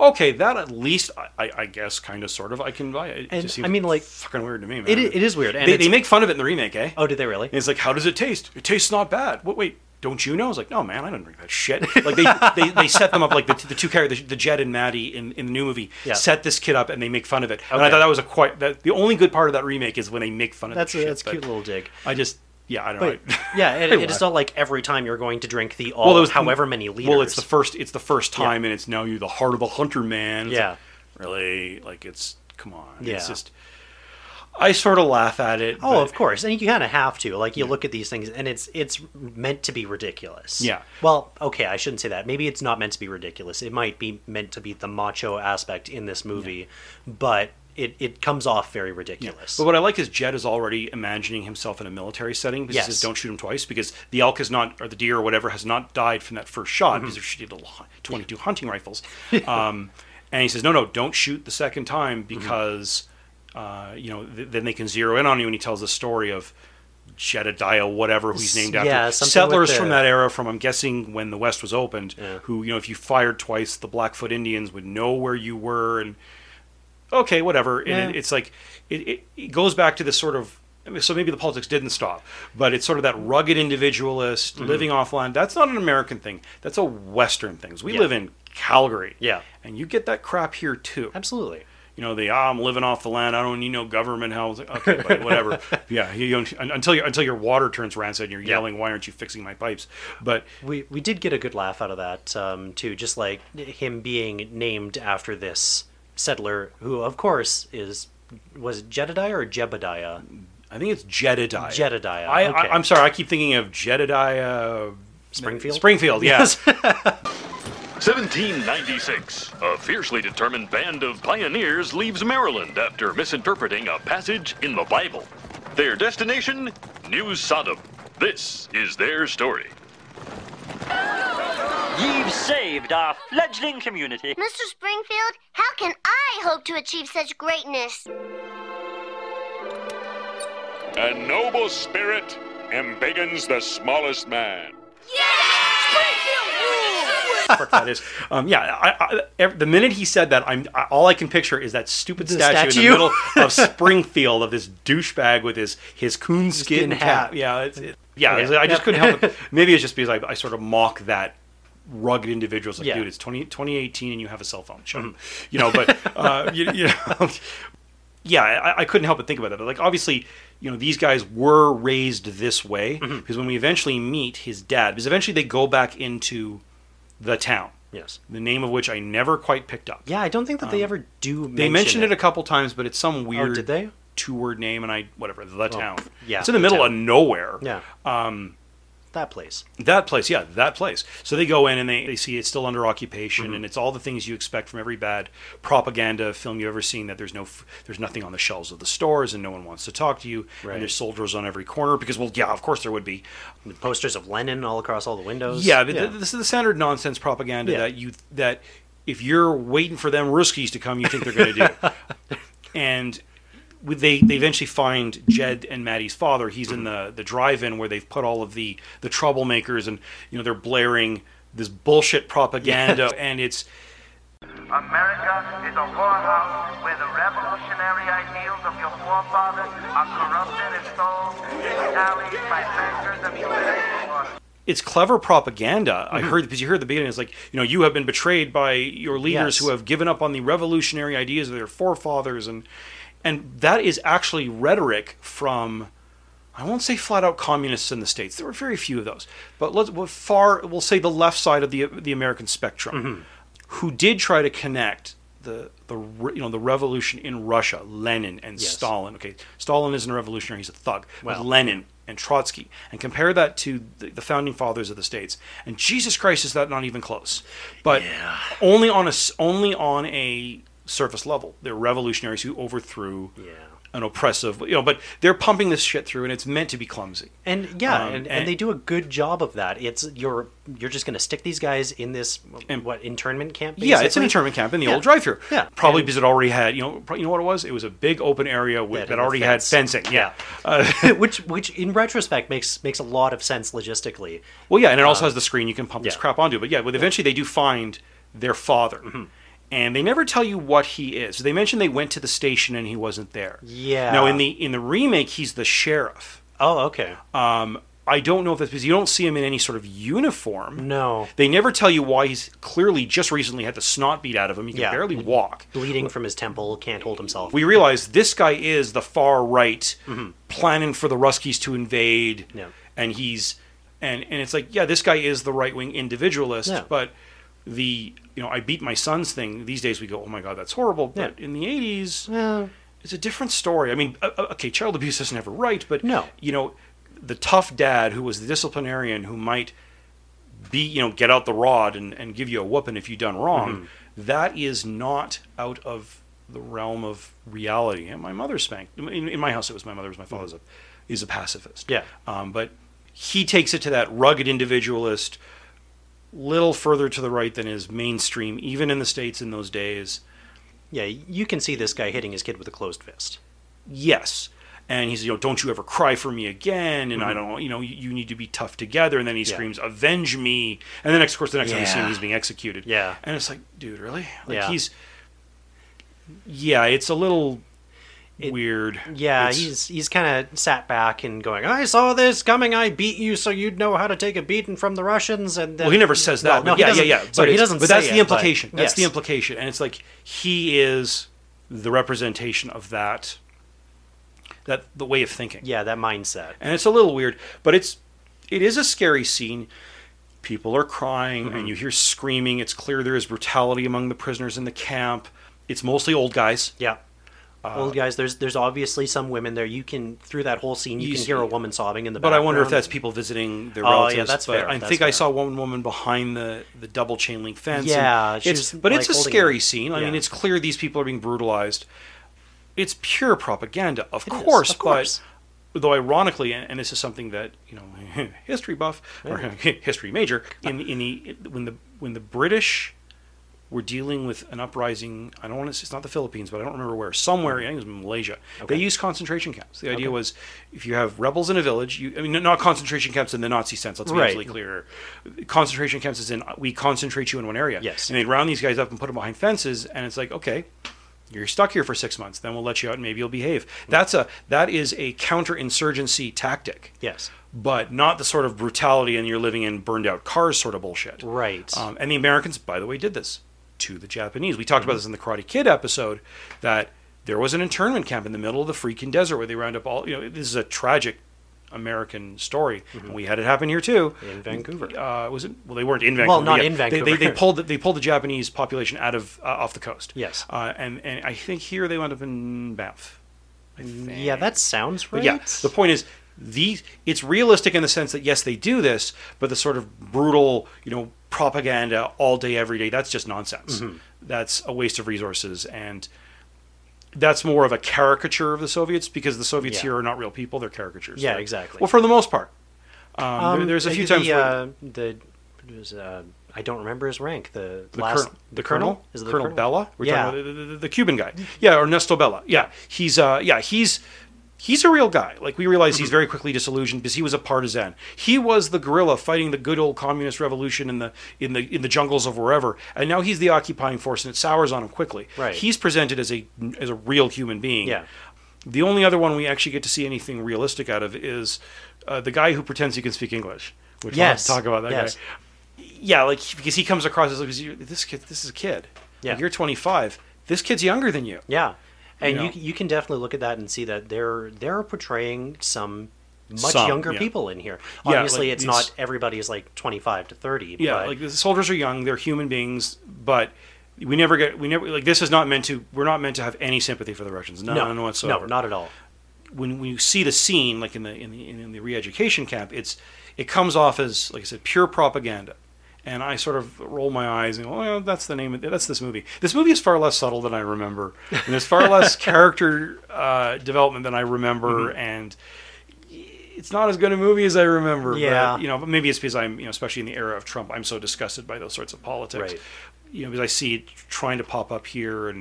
okay that at least i i, I guess kind of sort of i can buy it, it
And,
just seems
I mean, like,
fucking weird to me man.
It, i- it is weird, and
they,
it's-
they make fun of it in the remake eh
oh, did they really?
And it's like, how does it taste? It tastes not bad. What, wait, don't you know? It's like, no, man, I don't drink that shit. Like they, they, they set them up like the, the two characters, the Jed and Maddie in, in the new movie,
Yeah.
set this kid up and they make fun of it. And I
Okay.
thought that was a quite that, the only good part of that remake is when they make fun of
That's
that
a,
shit,
that's a
but
cute little dig.
I just yeah, I don't
But
know.
yeah, it,
Anyway.
it is not like every time you're going to drink the all
it was-
however many liters.
Well, it's the first it's the first time and it's now you're the heart of the hunter man. It's
Yeah.
like, really, like it's come on.
Yeah.
It's just I sort of laugh at it.
Oh,
but-
of course, and you kind of have to. Like, you look at these things, and it's it's meant to be ridiculous.
Yeah.
Well, okay, I shouldn't say that. Maybe it's not meant to be ridiculous. It might be meant to be the macho aspect in this movie, but it it comes off very ridiculous.
But what I like is Jed is already imagining himself in a military setting because
Yes.
he says, "Don't shoot him twice," because the elk has not, or the deer or whatever, has not died from that first
Mm-hmm.
shot because they're shooting little hu- twenty-two hunting rifles. Um, and he says, "No, no, don't shoot the second time
Mm-hmm.
because uh, you know th- then they can zero in on you." And he tells the story of. Jedediah, whatever who he's
S-
named
yeah,
after,
something
settlers
with
from
the-
that era, from I'm guessing when the West was opened,
Yeah.
who you know if you fired twice, the Blackfoot Indians would know where you were, and okay, whatever. And it,
Yeah.
it's like it, it, it goes back to this sort of I mean, so maybe the politics didn't stop, but it's sort of that rugged individualist
Mm-hmm.
living off land. That's not an American thing. That's a Western thing. We
Yeah.
live in Calgary.
Yeah.
And you get that crap here too.
Absolutely.
You know, the ah, I'm living off the land. I don't need no government help. It's like, Okay, buddy, whatever. yeah. You don't, un- until you, until your water turns rancid and you're yelling, why aren't you fixing my pipes? But
We we did get a good laugh out of that um, too. Just like him being named after this settler, who of course is was it Jedediah or Jebediah?
I think it's Jedediah.
Jedediah,
I,
okay.
I, I'm sorry. I keep thinking of Jedediah
Springfield.
Springfield. Yeah.
Yes.
1796. A fiercely determined band of pioneers leaves Maryland after misinterpreting a passage in the Bible. Their destination? New Sodom. This is their story.
You've saved our fledgling community.
Mr. Springfield, how can I hope to achieve such greatness?
A noble spirit embiggens the smallest man.
Frick, that is. Um, yeah. I, I, ev- the minute he said that, I'm I, all I can picture is that stupid
The
statue, in
statue.
the middle of Springfield of this douchebag with his his coonskin
Skin
hat.
hat.
Yeah. It's, it, yeah.
Okay.
I just
Yep.
couldn't help it. Maybe it's just because I, I sort of mock that rugged individuals like
Yeah. Mm-hmm.
dude it's 20, 2018 and you have a cell phone shut up. you know but uh, you, you know yeah, I, I couldn't help but think about that. But like, obviously, you know, these guys were raised this way
Mm-hmm.
because when we eventually meet his dad, because eventually they go back into the town,
yes.
the name of which I never quite picked up.
Yeah, I don't think that they ever do.
Um, they
mention Oh,
mentioned it. a couple times, but it's some weird
did they?
two-word name, and I whatever the town.
yeah,
it's in the,
the
middle
town.
of nowhere.
Yeah. Um, that place.
That place, yeah, that place. So they go in and they, they see it's still under occupation,
Mm-hmm.
and it's all the things you expect from every bad propaganda film you've ever seen. That there's no, f- there's nothing on the shelves of the stores, and no one wants to talk to you,
Right.
and there's soldiers on every corner because, well, yeah, of course there would be.
With posters of Lenin all across all the windows.
Yeah, but th- this is the standard nonsense propaganda
Yeah.
that you that if you're waiting for them Ruskies to come, you think they're going to do. and with- they they eventually find Jed and Maddie's father. He's in the the drive-in where they've put all of the the troublemakers, and you know they're blaring this bullshit propaganda, and it's
America is a whorehouse where the revolutionary ideals of your forefathers are corrupted and sold in alleys by bankers of humanity.
it's clever propaganda. I heard because you heard at the beginning. It's like you know you have been betrayed by your leaders
Yes.
who have given up on the revolutionary ideas of their forefathers, and and that is actually rhetoric from. I won't say flat out communists in the states. There were very few of those, but let's we're far we'll say the left side of the the American spectrum, who did try to connect the the re- you know the revolution in Russia, Lenin and
Yes.
Stalin. Okay, Stalin isn't a revolutionary; he's a thug.
Well.
But Lenin and Trotsky, and compare that to the, the founding fathers of the states, and Jesus Christ, is that not even close? But only on a s- only on a surface level, they're revolutionaries who overthrew
Yeah.
an oppressive, you know, but they're pumping this shit through and it's meant to be clumsy.
And yeah,
Um,
and, and,
and-
they do a good job of that. It's you're you're just going to stick these guys in this what internment camp?
Yeah, it's an
basically?
internment camp in the
Yeah.
old drive-through.
Yeah.
probably
And-
because it already had, you know, pro- you know what it was? It was a big open area with,
That
that,
had a
already
fence.
had fencing. Yeah. Uh,
which which in retrospect makes makes a lot of sense logistically.
well, yeah, and it also has the screen you can pump this
Um, yeah. Mm-hmm.
crap onto. But yeah, but eventually they do find their father, and they never tell you what he is. They mention they went to the station and he wasn't there.
Yeah.
Now in the in the remake, he's the sheriff.
Oh, okay.
Um, I don't know if that's because you don't see him in any sort of uniform.
No.
They never tell you why he's clearly just recently had the snot beat out of him. He can
Yeah.
barely walk.
Bleeding from his temple, can't hold himself.
We realize this guy is the far right, planning for the Ruskies to invade,
Mm-hmm. Yeah.
and he's and and it's like yeah, this guy is the right wing individualist,
Yeah.
but the you know I beat my son's thing. These days we go, oh my god, that's horrible. But
Yeah.
in the eighties,
Yeah.
it's a different story. I mean, uh, uh, okay, child abuse isn't ever right, but
No.
you know, the tough dad who was the disciplinarian who might be, you know, get out the rod and, and give you a whooping if you done wrong, that is not out of the realm of reality. And my mother spanked. In, in my house, it was my mother, it was my father's. A, is a pacifist.
Yeah.
Um, but he takes it to that rugged individualist, little further to the right than is mainstream, even in the states in those days.
yeah, you can see this guy hitting his kid with a closed fist.
yes and he's you know don't you ever cry for me again and i don't you know you, you need to be tough together and then he
Mm-hmm. Yeah.
screams avenge me and then of course the next time you see
Yeah.
him he's being executed
Yeah.
and it's like dude really like
Yeah.
he's yeah it's a little
It-
weird
Yeah,
It's-
he's he's kind of sat back and going, "I saw this coming. I beat you, so you'd know how to take a beating from the Russians." And then,
well he never says that
Well,
but
he
yeah yeah
doesn't-
yeah but
Sorry, he
it's-
doesn't.
but
say
that's the
it, but-
implication that's the
yes.
implication and it's like he is the representation of that that the way of thinking
Yeah, that mindset.
and it's a little weird but it's it is a scary scene people are crying and you hear screaming it's clear there is brutality among the prisoners in the camp It's mostly old guys.
Yeah. Old Uh, guys, there's there's obviously some women there. You can through that whole scene, you,
You
can
see-
hear a woman sobbing in the.
But I wonder if
background.
that's people visiting their
Oh, yeah,
relatives.
that's
but
fair,
I
that's
think I saw one woman behind the, the double chain link fence. and
Yeah, she
it's,
was,
but it's
like,
a
holding
scary
it.
scene. I mean,
Yeah.
it's clear these people are being brutalized. It's pure propaganda, of course.
of course.
But though ironically, and, and this is something that you know, history buff or history major in in the when the when the British were dealing with an uprising. I don't want to. It's not the Philippines, but I don't remember where. Somewhere, I think it was Malaysia.
Okay.
They used concentration camps. The idea
Okay.
was, if you have rebels in a village, you, I mean, not concentration camps in the Nazi sense. Let's be
Right.
absolutely clear. Concentration camps is in we concentrate you in one area.
Yes.
And they'd round these guys up and put them behind fences, and it's like, okay, you're stuck here for six months. Then we'll let you out, and maybe you'll
Mm.
behave. That's a that is a counterinsurgency tactic.
Yes.
But not the sort of brutality and you're living in burned out cars sort of bullshit.
Right.
Um, and the Americans, by the way, did this to the Japanese. We
Mm-hmm.
talked about this in the Karate Kid episode that there was an internment camp in the middle of the freaking desert where they round up all, you know, this is a tragic American story. And we had it happen here too.
Mm-hmm. In Vancouver.
Uh, was it? Well, they weren't in Vancouver.
Well, not
yeah.
in
They- they- They,
Vancouver.
pulled the, they pulled the Japanese population out of uh, off the coast.
Yes.
Uh, and, and I think here they wound up in Banff. I think.
Mm, yeah, that sounds right.
But yeah, the point is these it's realistic in the sense that yes, they do this, but the sort of brutal, you know, propaganda all day every day, that's just nonsense.
Mhm.
That's a waste of resources and that's more of a caricature of the Soviets because the Soviets
Yeah.
here are not real people, they're caricatures.
Yeah,
They're-
exactly.
Well, for the most part. Um, there- there's a
uh,
few
the,
times where
uh, the it was, uh, I don't remember his rank. The,
the
last
colonel, the colonel,
is it the
Colonel Bella. We're
yeah,
talking about the, the, the Cuban guy. Yeah, Ernesto Bella. Yeah, he's uh, yeah, he's he's a real guy. Like we realize he's very quickly disillusioned because he was a partisan. He was the guerrilla fighting the good old communist revolution in the in the in the jungles of wherever, and now he's the occupying force, and it sours on him quickly.
Right.
He's presented as a as a real human being.
Yeah.
The only other one we actually get to see anything realistic out of is uh, the guy who pretends he can speak English. Which we'll have
Yes,
to talk about that
yes.
guy yeah, like because he comes across as like "You- this kid. This is a kid.
Yeah.
Like, you're 25. This kid's younger than you.
yeah, and
You
you,
know.
you can definitely look at that and see that they're they're portraying some much
Some,
younger
yeah.
people in here.
Yeah,
Obviously,
like
it's
these-
not everybody is like twenty five to thirty.
Yeah,
but
like the soldiers are young. They're human beings, but we never get we never like this is not meant to. We're not meant to have any sympathy for the Russians. None,
no,
none whatsoever.
no, not at all.
when when you see the scene like in the in the in the re-education camp, it's it comes off as like I said, pure propaganda. And I sort of roll my eyes and go, well, that's the name of that's this movie. This movie is far less subtle than I remember, and there's far less character uh, development than I remember,
Mm-hmm.
and it's not as good a movie as I remember.
Yeah.
but, you know, but maybe it's because I'm you know, especially in the era of Trump, I'm so disgusted by those sorts of politics.
Right.
You know, because I see it trying to pop up here and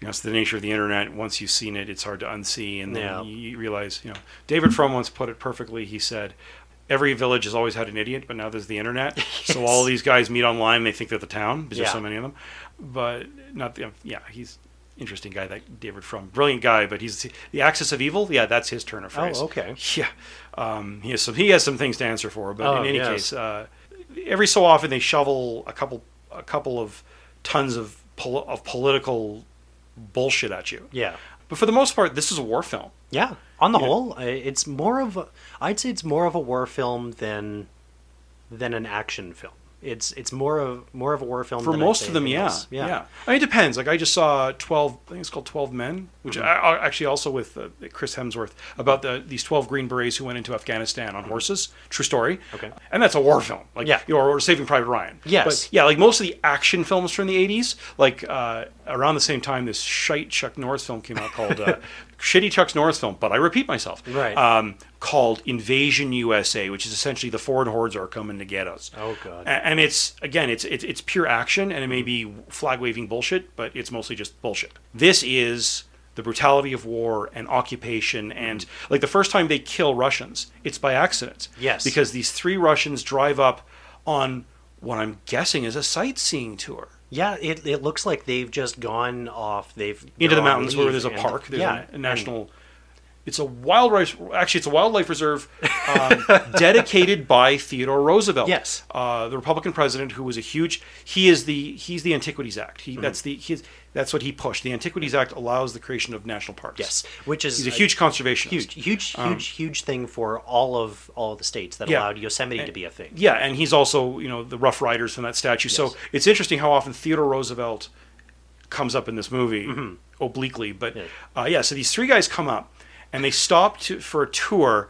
you know, it's the nature of the internet. Once you've seen it, it's hard to unsee, and then
Yeah.
you you realize, you know, David Frum once put it perfectly. He said, "Every village has always had an idiot, but now there's the internet, so all these guys meet online. They think they're the town because
Yeah.
there's so many of them." But not the yeah, he's interesting guy that David Frum, brilliant guy, but he's the axis of evil. Yeah, that's his turn of
Oh,
phrase.
okay.
Yeah, um, he has some he has some things to answer for, but
Oh,
in any
yes.
case, uh, every so often they shovel a couple a couple of tons of pol- of political bullshit at you.
Yeah,
But for the most part, this is a war film.
yeah. On the
Yeah.
whole, I- it's more of a, I'd say it's more of a war film than than an action film. It's it's more of more of a war film
For
than I'd
most
say
of them,
anything
yeah,
else.
yeah. I mean, it depends. Like I just saw twelve. I think it's called Twelve Men, which
Mm-hmm.
I, I- actually also with uh, Chris Hemsworth about the these twelve Green Berets who went into Afghanistan on horses. True story.
Mm-hmm. Okay.
And that's a war film, like
Yeah.
you know, or Saving Private Ryan.
Yes.
But yeah, like most of the action films from the '80s, like uh, around the same time this shite Chuck Norris film came out called uh, shitty Chuck Norris film. But I repeat myself.
Right.
Um, called Invasion USA, which is essentially the foreign hordes are coming to get us.
Oh, God. Hmm.
A- And it's again, it's it's, it's pure action, and it may be flag waving bullshit, but it's mostly just bullshit. This is the brutality of war and occupation,
Hmm.
and like the first time they kill Russians, it's by accident.
Yes.
because these three Russians drive up on what I'm guessing is a sightseeing tour.
Yeah, it, it looks like they've just gone off. They've
into
they're
the
on
mountains where
leave
there's a
and the-
park, there's
yeah,
a, a national. It's a wildlife. Actually, it's a wildlife reserve um, dedicated by Theodore Roosevelt.
Yes.
uh, the Republican president who was a huge. He is the he's the Antiquities Act.
Mm-hmm.
He that's the he's that's what he pushed. The Antiquities Act allows the creation of national parks.
Yes, which is
he's a huge conservationist.
huge, huge, huge, huge thing for all of all of the states that
Yeah.
allowed Yosemite to be a thing.
Yeah, and he's also you know the Rough Riders from that statue. So
Yes.
it's interesting how often Theodore Roosevelt comes up in this movie obliquely. But Uh, yeah, so these three guys come up and they stop to, for a tour.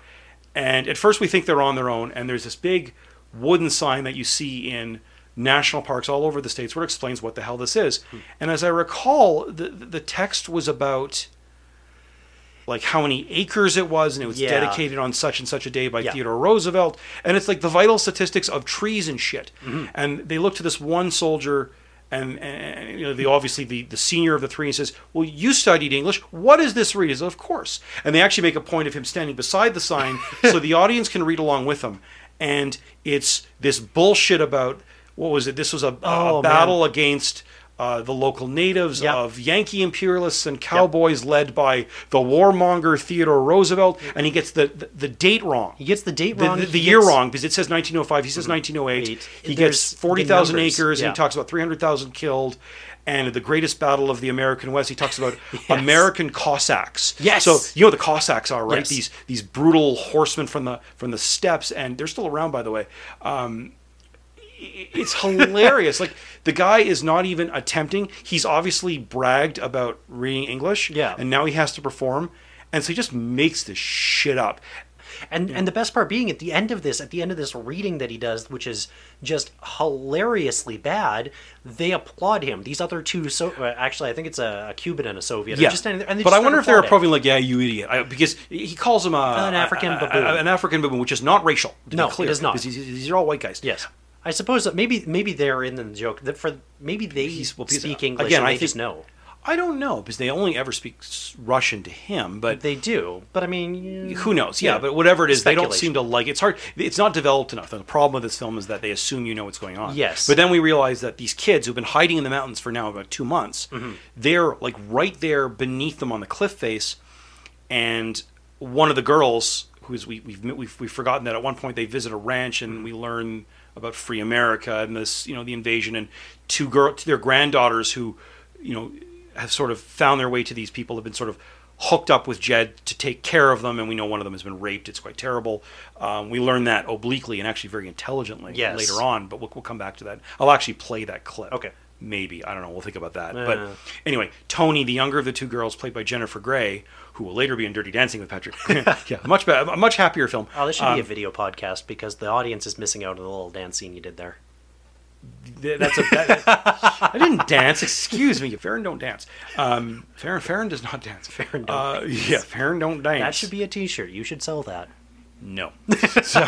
And at first we think they're on their own. And there's this big wooden sign that you see in national parks all over the states where it explains what the hell this is. And as I recall, the, the text was about like how many acres it was and it was
Yeah.
dedicated on such and such a day by
Yeah.
Theodore Roosevelt. And it's like the vital statistics of trees and shit
Mm-hmm.
and they look to this one soldier and, and you know the obviously the, the senior of the three and says well you studied english what is this read he says of course and they actually make a point of him standing beside the sign so the audience can read along with him and it's this bullshit about what was it this was a, a- a
Oh, man.
battle against uh, the local natives of Yankee imperialists and cowboys led by the warmonger Theodore Roosevelt, and he gets the, the, the date wrong. He
gets the date wrong,
the,
he
year
gets-
wrong because it says 1905. He says 1908. He
There's
gets 40,000
the numbers,
acres and
yeah.
he talks about 300,000 killed. And the greatest battle of the American West, he talks about American Cossacks.
Yes.
So you know what the Cossacks are, right?
Yes.
These these brutal horsemen from the from the steppes, and they're still around, by the way. Um, i- it's hilarious. like the guy is not even attempting. He's obviously bragged about reading English. Yeah. And now he has to perform, and so he just makes this shit up.
And and the best part being at the end of this, at the end of this reading that he does, which is just hilariously bad, they applaud him. These other two, so uh, actually, I think it's a, a Cuban and a Soviet. are
Yeah.
just standing there, and they
but
just
I wonder if
applaud
they're
him.
approving, like, yeah, you idiot. I, because he calls him a,
An African
a- a-
baboon.
a- an African baboon, which is not racial. To
No,
be clear,
it is not.
because These, these are all white guys.
Yes. I suppose that maybe maybe they're in the joke that for maybe they
because,
speak English
again,
and
I
they just
think-
know.
I don't know because they only ever speak s- Russian to him, but
they do. But I mean,
who knows? Yeah, but whatever it is, they don't
Speculation.
seem to like. It's hard. It's not developed enough. The problem with this film is that they assume you know what's going on.
Yes.
But then we realize that these kids who've been hiding in the mountains for now about two months,
Mm-hmm.
they're like right there beneath them on the cliff face, and one of the girls who's we we've, met- we've we've forgotten that at one point they visit a ranch and we learn about free America and this you know the invasion and two girl their granddaughters who you know have sort of found their way to these people have been sort of hooked up with Jed to take care of them and we know one of them has been raped it's quite terrible um, we learn that obliquely and actually very intelligently
Yes.
later on but we'll, we'll come back to that I'll actually play that clip
Okay.
maybe I don't know we'll think about that
Yeah.
but Anyway, Tony, the younger of the two girls, played by Jennifer Grey, who will later be in Dirty Dancing with Patrick. yeah, much better, a much happier film.
Oh, this should
Um,
be a video podcast because the audience is missing out on the little dance scene you did there.
th- That's a. That, I didn't dance. Excuse me. Farron don't dance. Um, Farron Farron does not dance. Farron
don't
Uh,
dance.
yeah, Farron don't dance.
That should be a T-shirt. You should sell that.
No. so,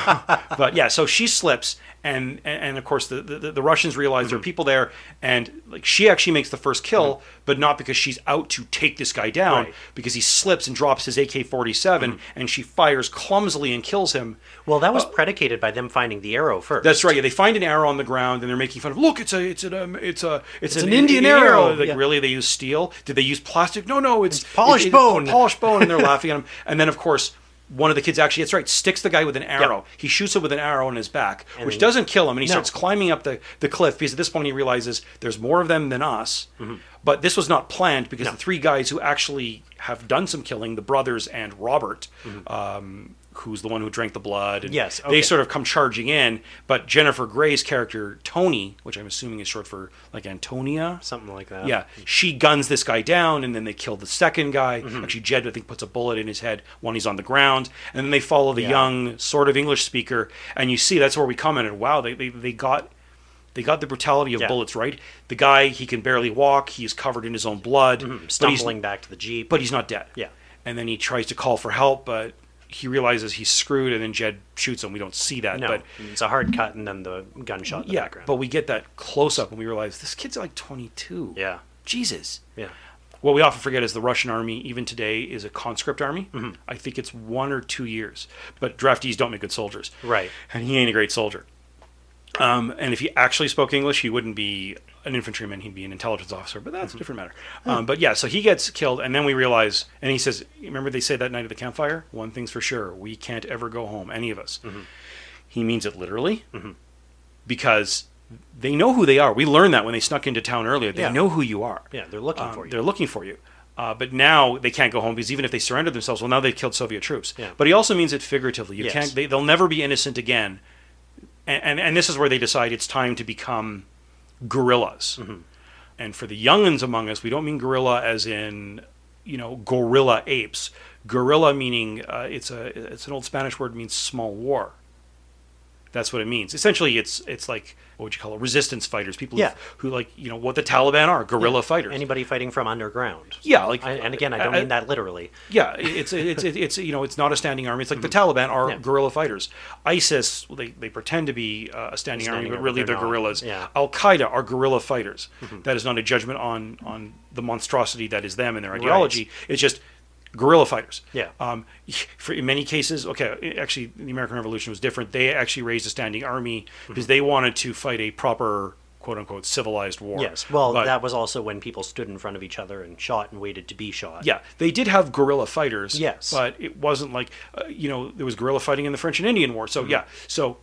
but yeah, so she slips, and and, and of course the, the the Russians realize
Mm-hmm.
there are people there, and like she actually makes the first kill, but not because she's out to take this guy down,
Right. Mm-hmm.
because he slips and drops his AK 47 and she fires clumsily and kills him.
Well, that was predicated by them finding the arrow first.
That's right. Yeah, they find an arrow on the ground and they're making fun of. Look, it's a, it's an, um, it's a, it's,
It's an Indian arrow."
Like
Yeah.
really, they use steel? Did they use plastic? No, no, it's,
polished
it's- it's
bone.
polished bone, and they're laughing at him. And then, of course, one of the kids actually, that's right, sticks the guy with an arrow. He shoots him with an arrow in his back,
And
which
then-
doesn't kill him, and he
No.
starts climbing up the the cliff because at this point he realizes there's more of them than us.
Mm-hmm.
But this was not planned because the three guys who actually have done some killing, the brothers and Robert. Um, Who's the one who drank the blood? And
Mm-hmm. Yes,
they
okay.
sort of come charging in. But Jennifer Gray's character Tony, which I'm assuming is short for like Antonia,
something like that.
yeah, she guns this guy down, and then they kill the second guy.
Mm-hmm.
Actually, Jed I think puts a bullet in his head when he's on the ground, and then they follow the
Yeah.
young sort of English speaker, and you see that's where we commented. Wow, they they, they got. They got the brutality of
Yeah.
bullets right. The guy, he can barely walk. He's covered in his own blood. but he's-
Mm-hmm. Stumbling back to the jeep.
but he's not dead.
Yeah.
And then he tries to call for help, but he realizes he's screwed, and then Jed shoots him. We don't see that,
no,
but
it's a hard cut and then the gunshot in the
yeah,
background.
but we get that close up, and we realize this kid's like 22.
yeah,
Jesus.
yeah.
What we often forget is the Russian army, even today, is a conscript army.
Mm-hmm.
I think it's one or two years, but draftees don't make good soldiers.
Right.
And he ain't a great soldier. Um, and if he actually spoke English, he wouldn't be an infantryman; he'd be an intelligence officer. But
Mm-hmm.
that's a different matter. Um, but yeah, so he gets killed, and then we realize, and he says, "Remember they said that night at the campfire? One thing's for sure: we can't ever go home, any of us."
Mm-hmm.
He means it literally, because they know who they are. We learned that when they snuck into town earlier. They
Yeah.
know who you are.
Yeah, they're looking
Um,
for you.
They're looking for you. Uh, but now they can't go home because even if they surrender themselves, well, now they've killed Soviet troops.
Yeah.
But he also means it figuratively. You
Yes.
can't. They, they'll never be innocent again.
Mm-hmm.
And, and and this is where they decide it's time to become guerrillas. And for the youngins among us, we don't mean gorilla as in, you know, gorilla apes. Gorilla meaning uh, it's a it's an old Spanish word means small war. That's what it means. Essentially, it's it's like what would you call it? Resistance fighters, people
Yeah.
who, who like you know what the Taliban are, guerrilla fighters.
Anybody fighting from underground.
Yeah, like uh,
I- and again, I don't mean that literally.
Yeah, it's it's it's, it's you know it's not a standing army. It's like the
Mm-hmm.
Taliban are guerrilla fighters. ISIS they, they pretend to be uh, a standing, army,
Standing
but
army,
really
they're
they're
not.
guerrillas.
Yeah.
Al Qaeda are guerrilla fighters.
Mhm.
That is not a judgment on on the monstrosity that is them and their ideology. It's just guerrilla fighters.
Yeah.
Um, for in many cases, okay, i- actually the American Revolution was different. They actually raised a standing army
Mm-hmm.
because they wanted to fight a proper quote unquote civilized war.
Yes. Well,
But-
that was also when people stood in front of each other and shot and waited to be shot.
Yeah, they did have guerrilla fighters.
Yes.
but it wasn't like uh, you know there was guerrilla fighting in the French and Indian War.
Mm-hmm.
So yeah, so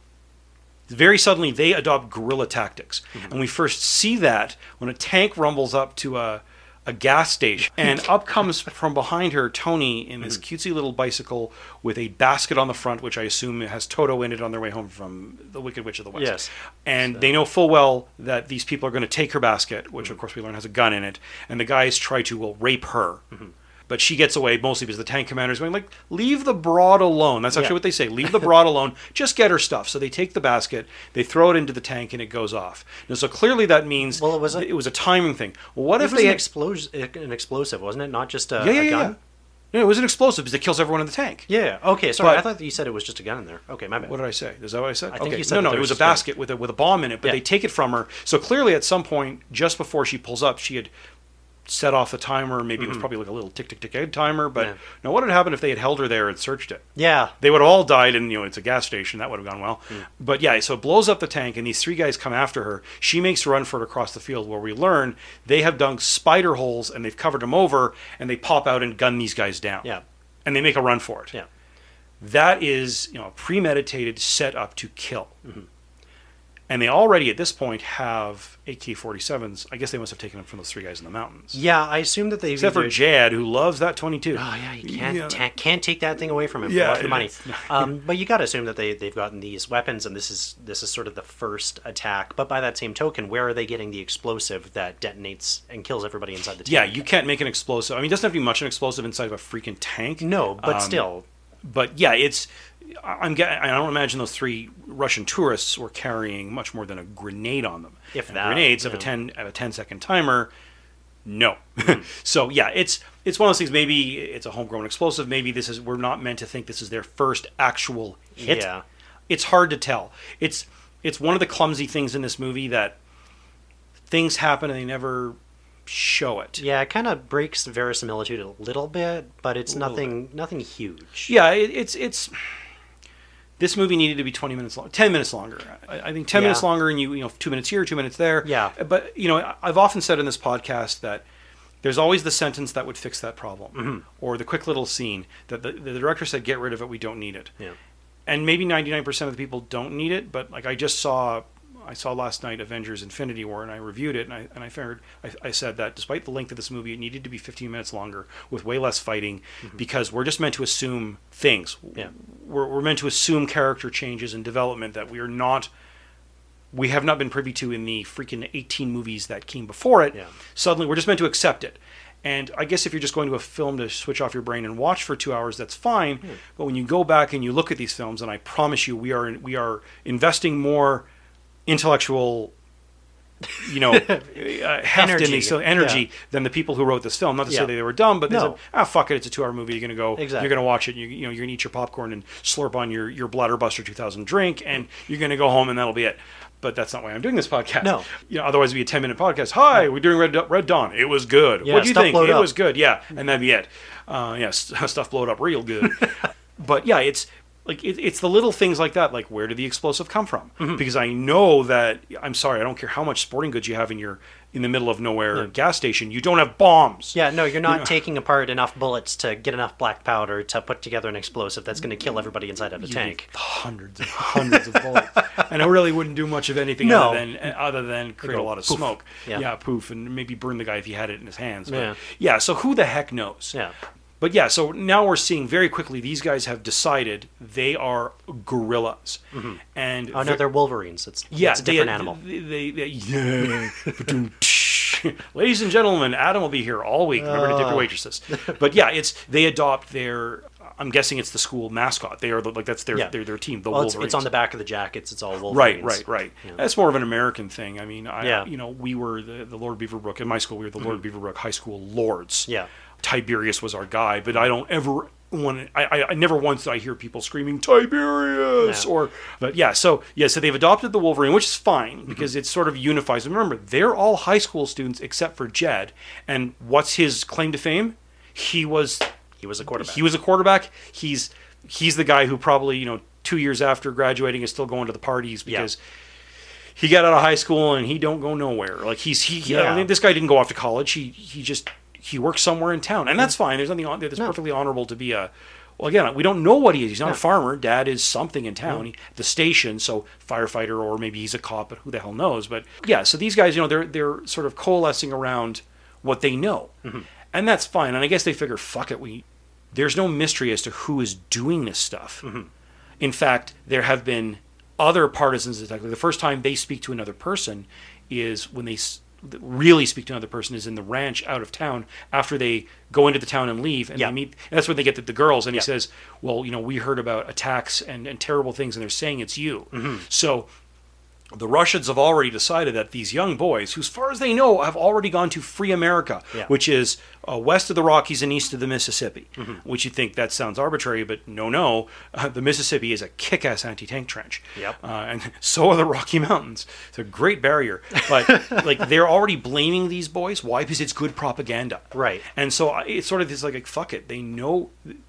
very suddenly they adopt guerrilla tactics,
Mm-hmm.
and we first see that when a tank rumbles up to a a gas station, and up comes from behind her Tony in this
Mm-hmm.
cutesy little bicycle with a basket on the front, which I assume has Toto in it on their way home from the Wicked Witch of the West.
Yes.
And they know full well that these people are going to take her basket, which of
Mm-hmm.
course we learn has a gun in it, and the guys try to well rape her.
Mm-hmm.
But she gets away mostly because the tank commander is going like, "Leave the broad alone." That's actually
Yeah.
what they say. Leave the broad alone. Just get her stuff. So they take the basket, they throw it into the tank, and it goes off. Now, so clearly that means well, it was a, it was a timing thing. Well, what
It
if
was
they
an, explos- an explosive, wasn't it? Not just a,
yeah, yeah,
a
yeah,
gun.
yeah. No, it was an explosive because it kills everyone in the tank.
Yeah. Okay. Sorry, I
But-
thought that you said it was just a gun in there. Okay, my bad. What
did I say? Is that what I said?
I think
okay.
you said
no,
that
no.
there
It was a
just gun.
basket with a with a bomb in it, but they take it from her. So clearly, at some point, just before she pulls up, she had set off a timer. Maybe it was
Mhm.
probably like a little tick tick tick egg timer. But
Yeah.
now, what would happen if they had held her there and searched it?
Yeah.
They would have all died, and you know it's a gas station. That would have gone well.
Hmm.
But yeah, so it blows up the tank, and these three guys come after her. She makes a run for it across the field, where we learn they have dug spider holes and they've covered them over, and they pop out and gun these guys down.
Yeah.
and they make a run for it.
Yeah.
that is you know premeditated set up to kill.
Mm-hmm.
And they already at this point have AK-47s. I guess they must have taken them from those three guys in the mountains.
Yeah, I assume that they Ah,
Except for
either-
Jad, who loves that 22. Oh
yeah, you can't
Yeah.
ta- can't take that thing away from him.
Yeah,
Yeah, for the money.
it's-
um, but you got to assume that they they've gotten these weapons, and this is this is sort of the first attack. But by that same token, where are they getting the explosive that detonates and kills everybody inside the tank?
Yeah, you can't make an explosive. I mean, it doesn't have to be much of an explosive inside of a freaking tank. Um,
No, but still.
But yeah, it's. I- I'm. ge- I don't imagine those three Russian tourists were carrying much more than a grenade on them.
If
And
that,
grenades have a
yeah. Hmm.
ten have a 10 second timer. No. so yeah, it's it's one of those things. Maybe it's a homegrown explosive. Maybe this is we're not meant to think this is their first actual hit.
Yeah.
It's hard to tell. It's it's one of the clumsy things in this movie that things happen and they never show it.
Yeah, it kind of breaks verisimilitude a little bit, but it's
A little
nothing nothing huge.
Yeah, it, it's it's. This movie needed to be twenty minutes long, ten minutes longer. I, I think ten
Yeah.
minutes longer, and you you know two minutes here, two minutes there.
Yeah.
But you know, I- I've often said in this podcast that there's always the sentence that would fix that problem,
Mhm.
or the quick little scene that the, the director said, "Get rid of it. We don't need it."
Yeah.
And maybe ninety nine percent of the people don't need it, but like I just saw. I saw last night Avengers Infinity War and I reviewed it and I, and I figured I, I said that despite the length of this movie it needed to be 15 minutes longer with way less fighting because we're just meant to assume things
Mm-hmm. Yeah.
we're, we're meant to assume character changes and development that we are not we have not been privy to in the freaking 18 movies that came before it
Yeah.
suddenly we're just meant to accept it and i guess if you're just going to a film to switch off your brain and watch for two hours that's fine
Hmm.
but when you go back and you look at these films and i promise you we are we are investing more intellectual you know uh, heft in
Energy.
these so energy
Yeah.
than the people who wrote this film not to say
Yeah.
they were dumb but they
No.
said ah fuck it it's a two hour movie you're going to go
Exactly.
you're going to watch it. You, you know, you're gonna eat your popcorn and slurp on your your Bladder Buster 2000 drink, and you're gonna go home, and that'll be it. But that's not why I'm doing this podcast.
No.
you know, otherwise it'd be a 10 minute podcast. Hi, we're doing Red Da- Red Dawn. It was good.
Yeah,
what do you
stuff
think?
blowed
It
up.
was good. Yeah, and that'd be it. Uh, yeah, st- stuff blowed up real good. but yeah, it's like it, it's the little things like that. Like where did the explosive come from?
Mhm.
Because I know that I'm sorry, I don't care how much sporting goods you have in your in the middle of nowhere
Yeah.
gas station, you don't have bombs.
Yeah, no, you're
You
not
know.
taking apart enough bullets to get enough black powder to put together an explosive that's going to kill everybody inside of the
You
tank.
Hundreds and hundreds of bullets, and it really wouldn't do much of anything
No.
other than other than create a
go
lot of
poof.
smoke.
Yeah.
poof, and maybe burn the guy if he had it in his hands. But yeah.
Yeah.
so who the heck knows?
Yeah.
But yeah, so now we're seeing very quickly these guys have decided they are gorillas,
Mhm.
and
Oh no,
they're-
they're wolverines. It's
yeah,
it's a
they-
different animal.
They, they, they- yeah. Ba-doom, tsh. Ladies and gentlemen, Adam will be here all week. Remember to tip your
Oh.
waitresses. But yeah, it's they adopt their. I'm guessing it's the school mascot. They are the, like that's their
Yeah.
their, their team. The
Well, it's,
Wolverines.
it's on the back of the jackets. It's all
Right,
Wolverines.
right, right.
Yeah.
That's more of an American thing. I mean, I,
Yeah.
you know, we were the, the Lord Beaverbrook in my school. We were the Lord
Mhm.
Beaverbrook High School Lords.
Yeah.
Tiberius was our guy, but I don't ever want. I, I, I never once did I hear people screaming Tiberius
No.
or. But yeah, so yeah, so they've adopted the Wolverine, which is fine
Mm-hmm.
because it sort of unifies. Remember, they're all high school students except for Jed. And what's his claim to fame? He was
He was a quarterback.
he was a quarterback. He's he's the guy who probably you know two years after graduating is still going to the parties because he got out of high school and he don't go nowhere. Like he's he. he- I
Yeah.
mean, this guy didn't go off to college. He he just he works somewhere in town, and that's fine. There's nothing on there. That's perfectly honorable to be a. Well, again, we don't know what he is. He's not
No.
a farmer. Dad is something in town,
Yeah.
He- the station, so firefighter, or maybe he's a cop, but who the hell knows? But yeah, so these guys, you know, they're they're sort of coalescing around what they know,
Mhm.
and that's fine. And I guess they figure, fuck it, we there's no mystery as to who is doing this stuff.
Mm-hmm.
In fact, there have been other partisans attacked. The first time they speak to another person is when they s- really speak to another person is in the ranch out of town after they go into the town and leave and they meet and that's when they get the, the girls and he says well you know we heard about attacks and, and terrible things and they're saying it's you
Mhm.
so the Russians have already decided that these young boys, who, as far as they know, have already gone to free America,
Yeah.
which is uh, west of the Rockies and east of the Mississippi,
Mhm.
which you think that sounds arbitrary, but no, no. Uh, the Mississippi is a kick ass anti tank trench.
Yep.
Uh, and so are the Rocky Mountains. It's a great barrier. But like they're already blaming these boys. Why? Because it's good propaganda.
Right.
And so I- it's sort of this like, like fuck it. They know,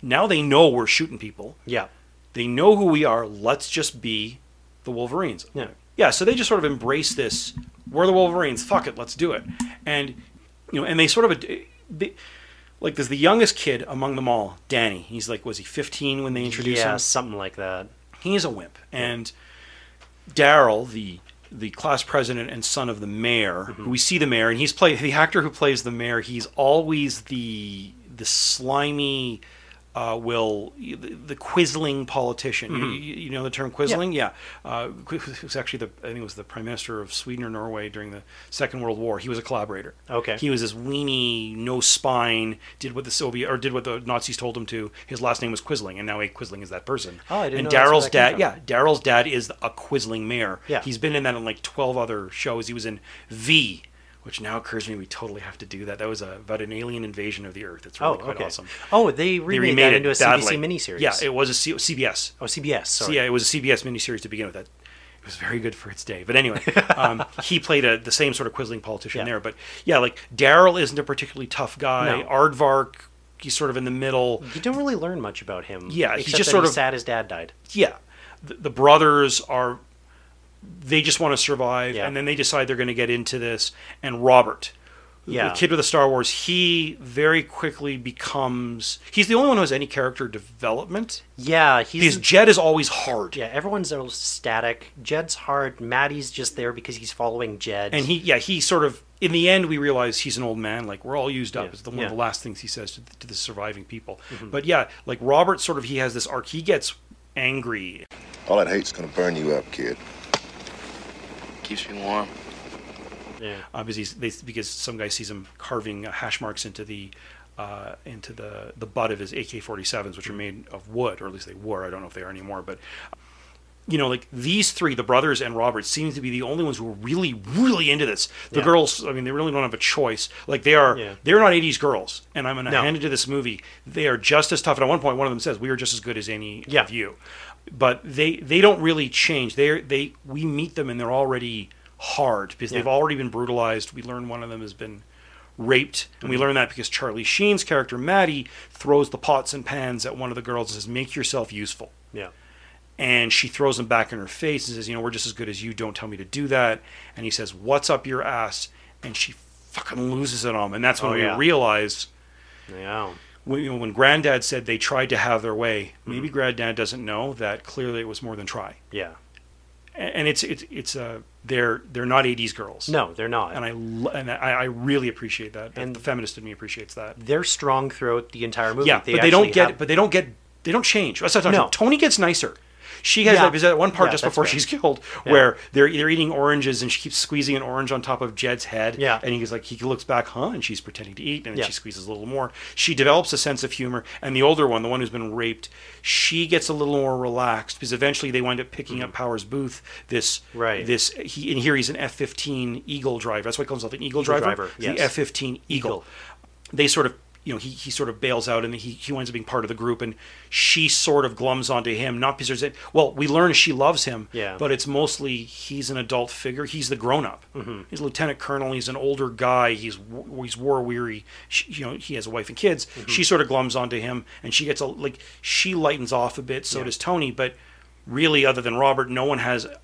now they know we're shooting people.
Yeah.
They know who we are. Let's just be the Wolverines.
Yeah.
Yeah, so they just sort of embrace this. We're the Wolverines. Fuck it, let's do it. And you know, and they sort of they, like there's the youngest kid among them all, Danny. He's like, was he 15 when they introduced
yeah,
him?
something like that.
He is a wimp. And Daryl, the the class president and son of the mayor, who we see the mayor, and he's play the actor who plays the mayor. He's always the the slimy. Uh, will the, the quisling politician? You,
Mhm.
you- you know the term quisling, yeah. Uh, qu- it was actually the I think it was the prime minister of Sweden or Norway during the Second World War. He was a collaborator.
Okay.
He was this weenie, no spine, did what the Soviet or did what the Nazis told him to. His last name was Quisling, and now a Quisling is that person.
Oh, I didn't
And
know that's where
Daryl's
that came
dad,
from.
yeah, Daryl's dad is a Quisling mayor.
Yeah.
He's been in that in like 12 other shows. He was in V, which now occurs to me we totally have to do that. That was a, about an alien invasion of the Earth. It's really
Oh,
quite
okay.
awesome.
Oh, they remade that into a CBC
badly.
miniseries.
Yeah, it was a C- CBS.
Oh, CBS. Sorry.
Yeah, it was a CBS miniseries to begin with. That it was very good for its day. But anyway, um, he played a, the same sort of quizzling politician
Yeah.
there. But yeah, like Daryl isn't a particularly tough guy.
No. Mm.
Aardvark, he's sort of in the middle.
You don't really learn much about him.
Yeah, he's
except
just
that
sort
he's
of-
sad his dad died.
Yeah, the, the brothers are. They just want to survive,
Yeah.
and then they decide they're going to get into this. And Robert,
Yeah.
the kid with the Star Wars, he very quickly becomes. He's the only one who has any character development.
Yeah, he's
Because Jed is always hard.
yeah. Everyone's all static. Jed's hard. Maddie's just there because he's following Jed.
And he, yeah, he sort of, in the end, we realize he's an old man. Like, we're all used up.
Yeah.
It's the, one of
Yeah. Mm-hmm.
the last things he says to the, to the surviving people. But yeah, like Robert sort of, he has this arc. He gets angry.
All that hate's gonna burn you up, kid.
Keeps me warm.
yeah.
Uh, because, he's, they, because some guy sees him carving uh, hash marks into the. Uh, into the the butt of his AK-47s,
Mm.
which are made of wood, or at least they were. I don't know if they are anymore, but you know, like these three, the brothers and Robert, seem to be the only ones who are really, really into this. The
Yeah.
girls, I mean, they really don't have a choice. Like they are,
Yeah.
they're not '80s girls, and I'm gonna
No.
hand it to this movie. They are just as tough. And at one point, one of them says, "We are just as good as any
Yeah.
of you," but they they don't really change. They they we meet them and they're already hard because
Yeah.
they've already been brutalized. We learn one of them has been raped. And we
Mm-hmm.
learn that because Charlie Sheen's character, Maddie, throws the pots and pans at one of the girls and says, Make yourself useful.
Yeah.
And she throws him back in her face and says, You know, we're just as good as you. Don't tell me to do that. And he says, What's up your ass? And she fucking loses it on him. And that's when
Oh,
we
yeah.
realize
Yeah. Mm-hmm.
when, you know, when granddad said they tried to have their way, maybe granddad doesn't know that clearly it was more than try.
Yeah.
A- And it's, it's, it's, uh, they're, they're not 80s girls.
No, they're not.
And I, lo- and I, I really appreciate that. And
And-
the feminist in me appreciates that.
they're strong throughout the entire movie.
Yeah, but they don't
actually
get.
have-
But they don't get. They don't change. That's what I'm talking
No.
about. Tony gets nicer. She has
Yeah.
that, because that one part
Yeah,
just
that's
before
right.
she's killed
Yeah.
where they're they're eating oranges and she keeps squeezing an orange on top of Jed's head.
Yeah.
And he's like he looks back, huh? And she's pretending to eat, and then
Yeah.
she squeezes a little more. She develops a sense of humor, and the older one, the one who's been raped, she gets a little more relaxed because eventually they wind up picking up Powers Booth. This
Mm-hmm. Right.
This he and here he's an F-15 Eagle driver. That's why he calls himself an Eagle,
Eagle
driver.
driver,
He's an
yes.
F-15 Eagle they sort of you know he, he sort of bails out and he, he winds up being part of the group and she sort of glums onto him not because there's a, well we learn she loves him
Yeah.
but it's mostly he's an adult figure he's the grown-up
Mhm.
he's a lieutenant colonel he's an older guy he's w- he's war weary she, you know he has a wife and kids
Mm-hmm.
she sort of glums onto him and she gets a like she lightens off a bit so
Yeah.
does tony but really other than robert no one has a,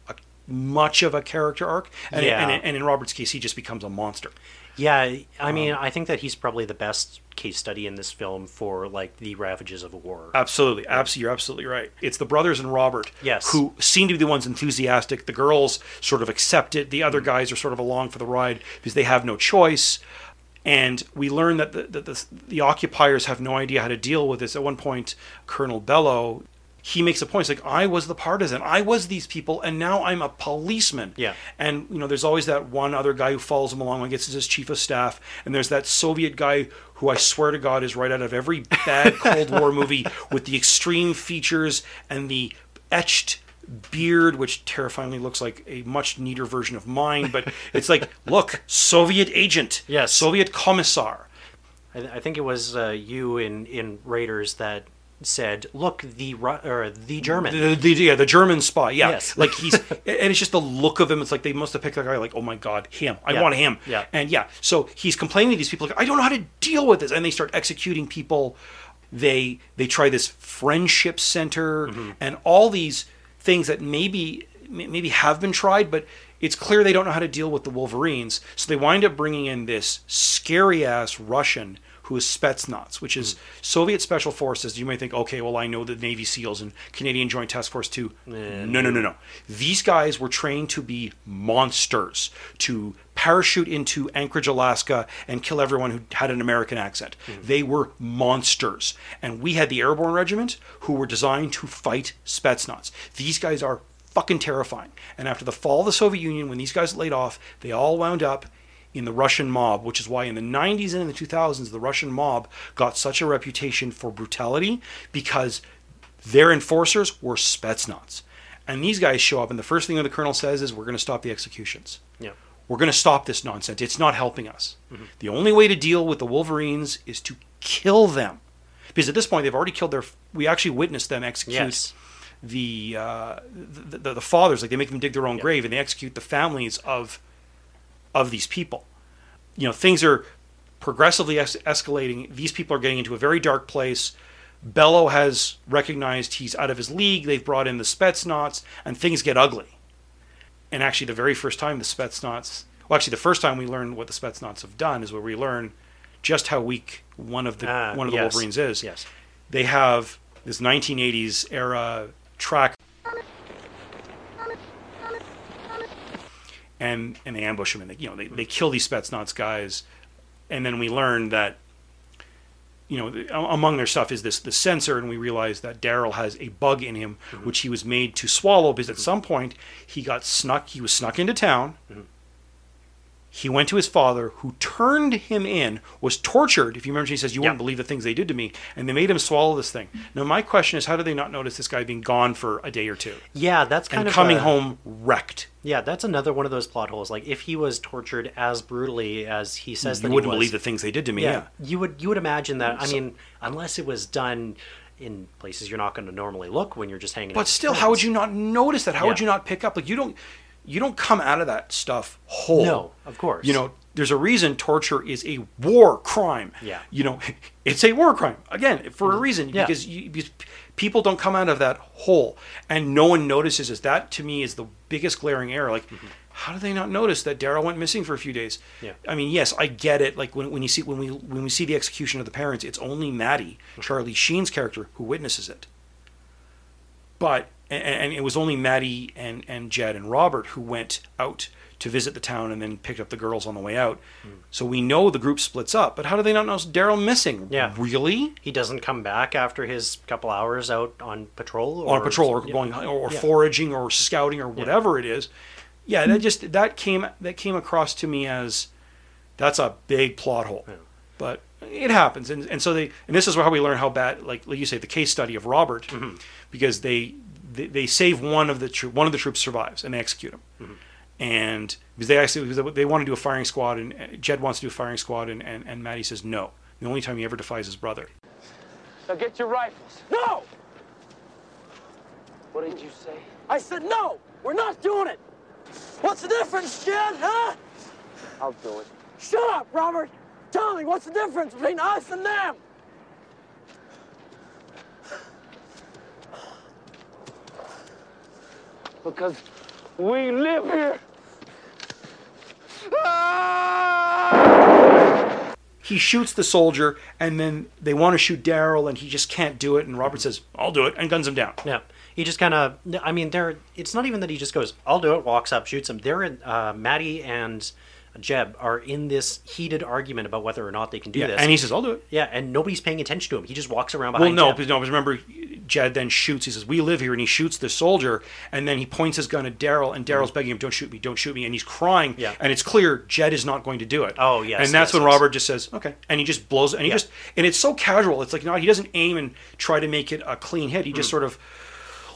much of a character arc and,
Yeah.
and, and in robert's case he just becomes a monster
Yeah, I mean, I think that he's probably the best case study in this film for like the ravages of war.
Absolutely, absolutely, you're absolutely right. It's the brothers and Robert,
Yes.
who seem to be the ones enthusiastic. The girls sort of accept it. The other
Mm-hmm.
guys are sort of along for the ride because they have no choice. And we learn that the the, the, the occupiers have no idea how to deal with this. At one point, Colonel Bellow, he makes a point. It's like I was the partisan, I was these people, and now I'm a policeman.
Yeah.
And you know, there's always that one other guy who follows him along and gets his chief of staff. And there's that Soviet guy who I swear to God is right out of every bad Cold War movie with the extreme features and the etched beard, which terrifyingly looks like a much neater version of mine. But it's like, look, Soviet agent. Yes. Soviet commissar.
I, I think it was uh, you in in Raiders that said, "Look, the Ru- or the German."
The, the- yeah, the German spy. Yeah,
Yes.
like he's and it's just the look of him. It's like they must have picked that guy. Like, oh my god, him! I
Yeah.
want him.
Yeah.
and yeah. So he's complaining to these people. Like, I don't know how to deal with this, and they start executing people. They they try this friendship center
Mm-hmm.
and all these things that maybe may- maybe have been tried, but it's clear they don't know how to deal with the Wolverines. So they wind up bringing in this scary ass Russian who is Spetsnaz, which is Soviet Special Forces. You may think, okay, well, I know the Navy SEAls and Canadian Joint Task Force too. no, no, no, no. These guys were trained to be monsters, to parachute into Anchorage, Alaska, and kill everyone who had an American accent. They were monsters. And we had the Airborne Regiment, who were designed to fight Spetsnaz. These guys are fucking terrifying. And after the fall of the Soviet Union, when these guys laid off, they all wound up in the Russian mob, which is why in the 90s and in the 2000s, the Russian mob got such a reputation for brutality because their enforcers were Spetsnaz. And these guys show up, and the first thing the colonel says is, We're going to stop the executions.
Yeah. Mm-hmm.
We're going to stop this nonsense. It's not helping us. The only way to deal with the Wolverines is to kill them. Because at this point, they've already killed their. We actually witnessed them execute
Yes.
the, uh, the, the the fathers. Like they make them dig their own grave, and they execute the families of of these people. You know, things are progressively es- escalating. These people are getting into a very dark place. Bello has recognized he's out of his league. They've brought in the Spetsnaz, and things get ugly. And actually, the very first time the Spetsnaz, well, actually, the first time we learn what the Spetsnaz have done is where we learn just how weak one of the
Ah,
one of the
yes.
Wolverines is.
Yes.
They have this 1980s era track and and they ambush him and they you know they, they kill these Spetsnaz guys, and then we learn that you know the, a- among their stuff is this the sensor, and we realize that Daryl has a bug in him which he was made to swallow because at some point he got snuck he was snuck into town. He went to his father, who turned him in, was tortured. If you remember, he says, "You wouldn't believe the things they did to me," and they made him swallow this thing.
Mm-hmm.
Now, my question is, how did they not notice this guy being gone for a day or two
Yeah, that's kind
and
of
coming
a-
home wrecked?
Yeah, that's another one of those plot holes. Like if he was tortured as brutally as he says,
You
that he
wouldn't
was,
believe the things they did to me, yeah.
you would. You would imagine that. I
So-
mean, unless it was done in places you're not going to normally look when you're just hanging. out
But
with
still,
friends.
how would you not notice that? How would
Yeah.
you not pick up? Like you don't, you don't come out of that stuff whole.
No, of course.
You know, there's a reason torture is a war crime.
Yeah. Mm-hmm.
You know, it's a war crime again for a reason
Yeah.
because, you, because people don't come out of that hole and no one notices. Is that to me is the biggest glaring error? Like. How do they not notice that Daryl went missing for a few days?
Mm-hmm. Yeah.
I mean, yes, I get it. Like when, when you see when we when we see the execution of the
Mm-hmm.
parents, it's only Maddie, Charlie Sheen's character, who witnesses it. But and, and it was only Maddie and, and Jed and Robert who went out to visit the town and then picked up the girls on the way out. So we know the group splits up, but how do they not know Daryl missing?
Yeah.
Really?
He doesn't come back after his couple hours out on patrol or
on patrol or going or, or
Yeah. Hmm.
foraging or scouting or whatever it is. Yeah, that just that came that came across to me as that's a big plot hole. But it happens, and and so they and this is how we learn how bad like like you say the case study of Robert
Mm-hmm.
because they, they they save one of the tro- one of the troops survives and they execute him.
Mm-hmm.
And because they actually because they want to do a firing squad, and uh, Jed wants to do a firing squad, and, and, and Maddie says no. The only time he ever defies his brother.
Now get your rifles. No! What did you say? I said no! We're not doing it! What's the difference, Jed, huh? I'll do it. Shut up, Robert! Tell me, what's the difference between us and them? Because we live here!
he shoots the soldier and then they want to shoot daryl and he just can't do it and robert says i'll do it and guns him down
Yeah. He just kind of, I mean, there. It's not even that he just goes, "I'll do it." Walks up, shoots him. They're in. Uh, Maddie and Jeb are in this heated argument about whether or not they can do
Yeah,
this.
and he says, "I'll do it."
Yeah, and nobody's paying attention to him. He just walks around
well
behind.
no
Jeb.
because no because remember jed then shoots he says we live here and he shoots the soldier and then he points his gun at daryl and daryl's begging him don't shoot me don't shoot me and he's crying
Yeah.
and it's clear jed is not going to do it oh
yes,
and that's
yes,
when
yes.
robert just says okay and he just blows it and he just and it's so casual it's like not he doesn't aim and try to make it a clean hit he just
Mm.
sort of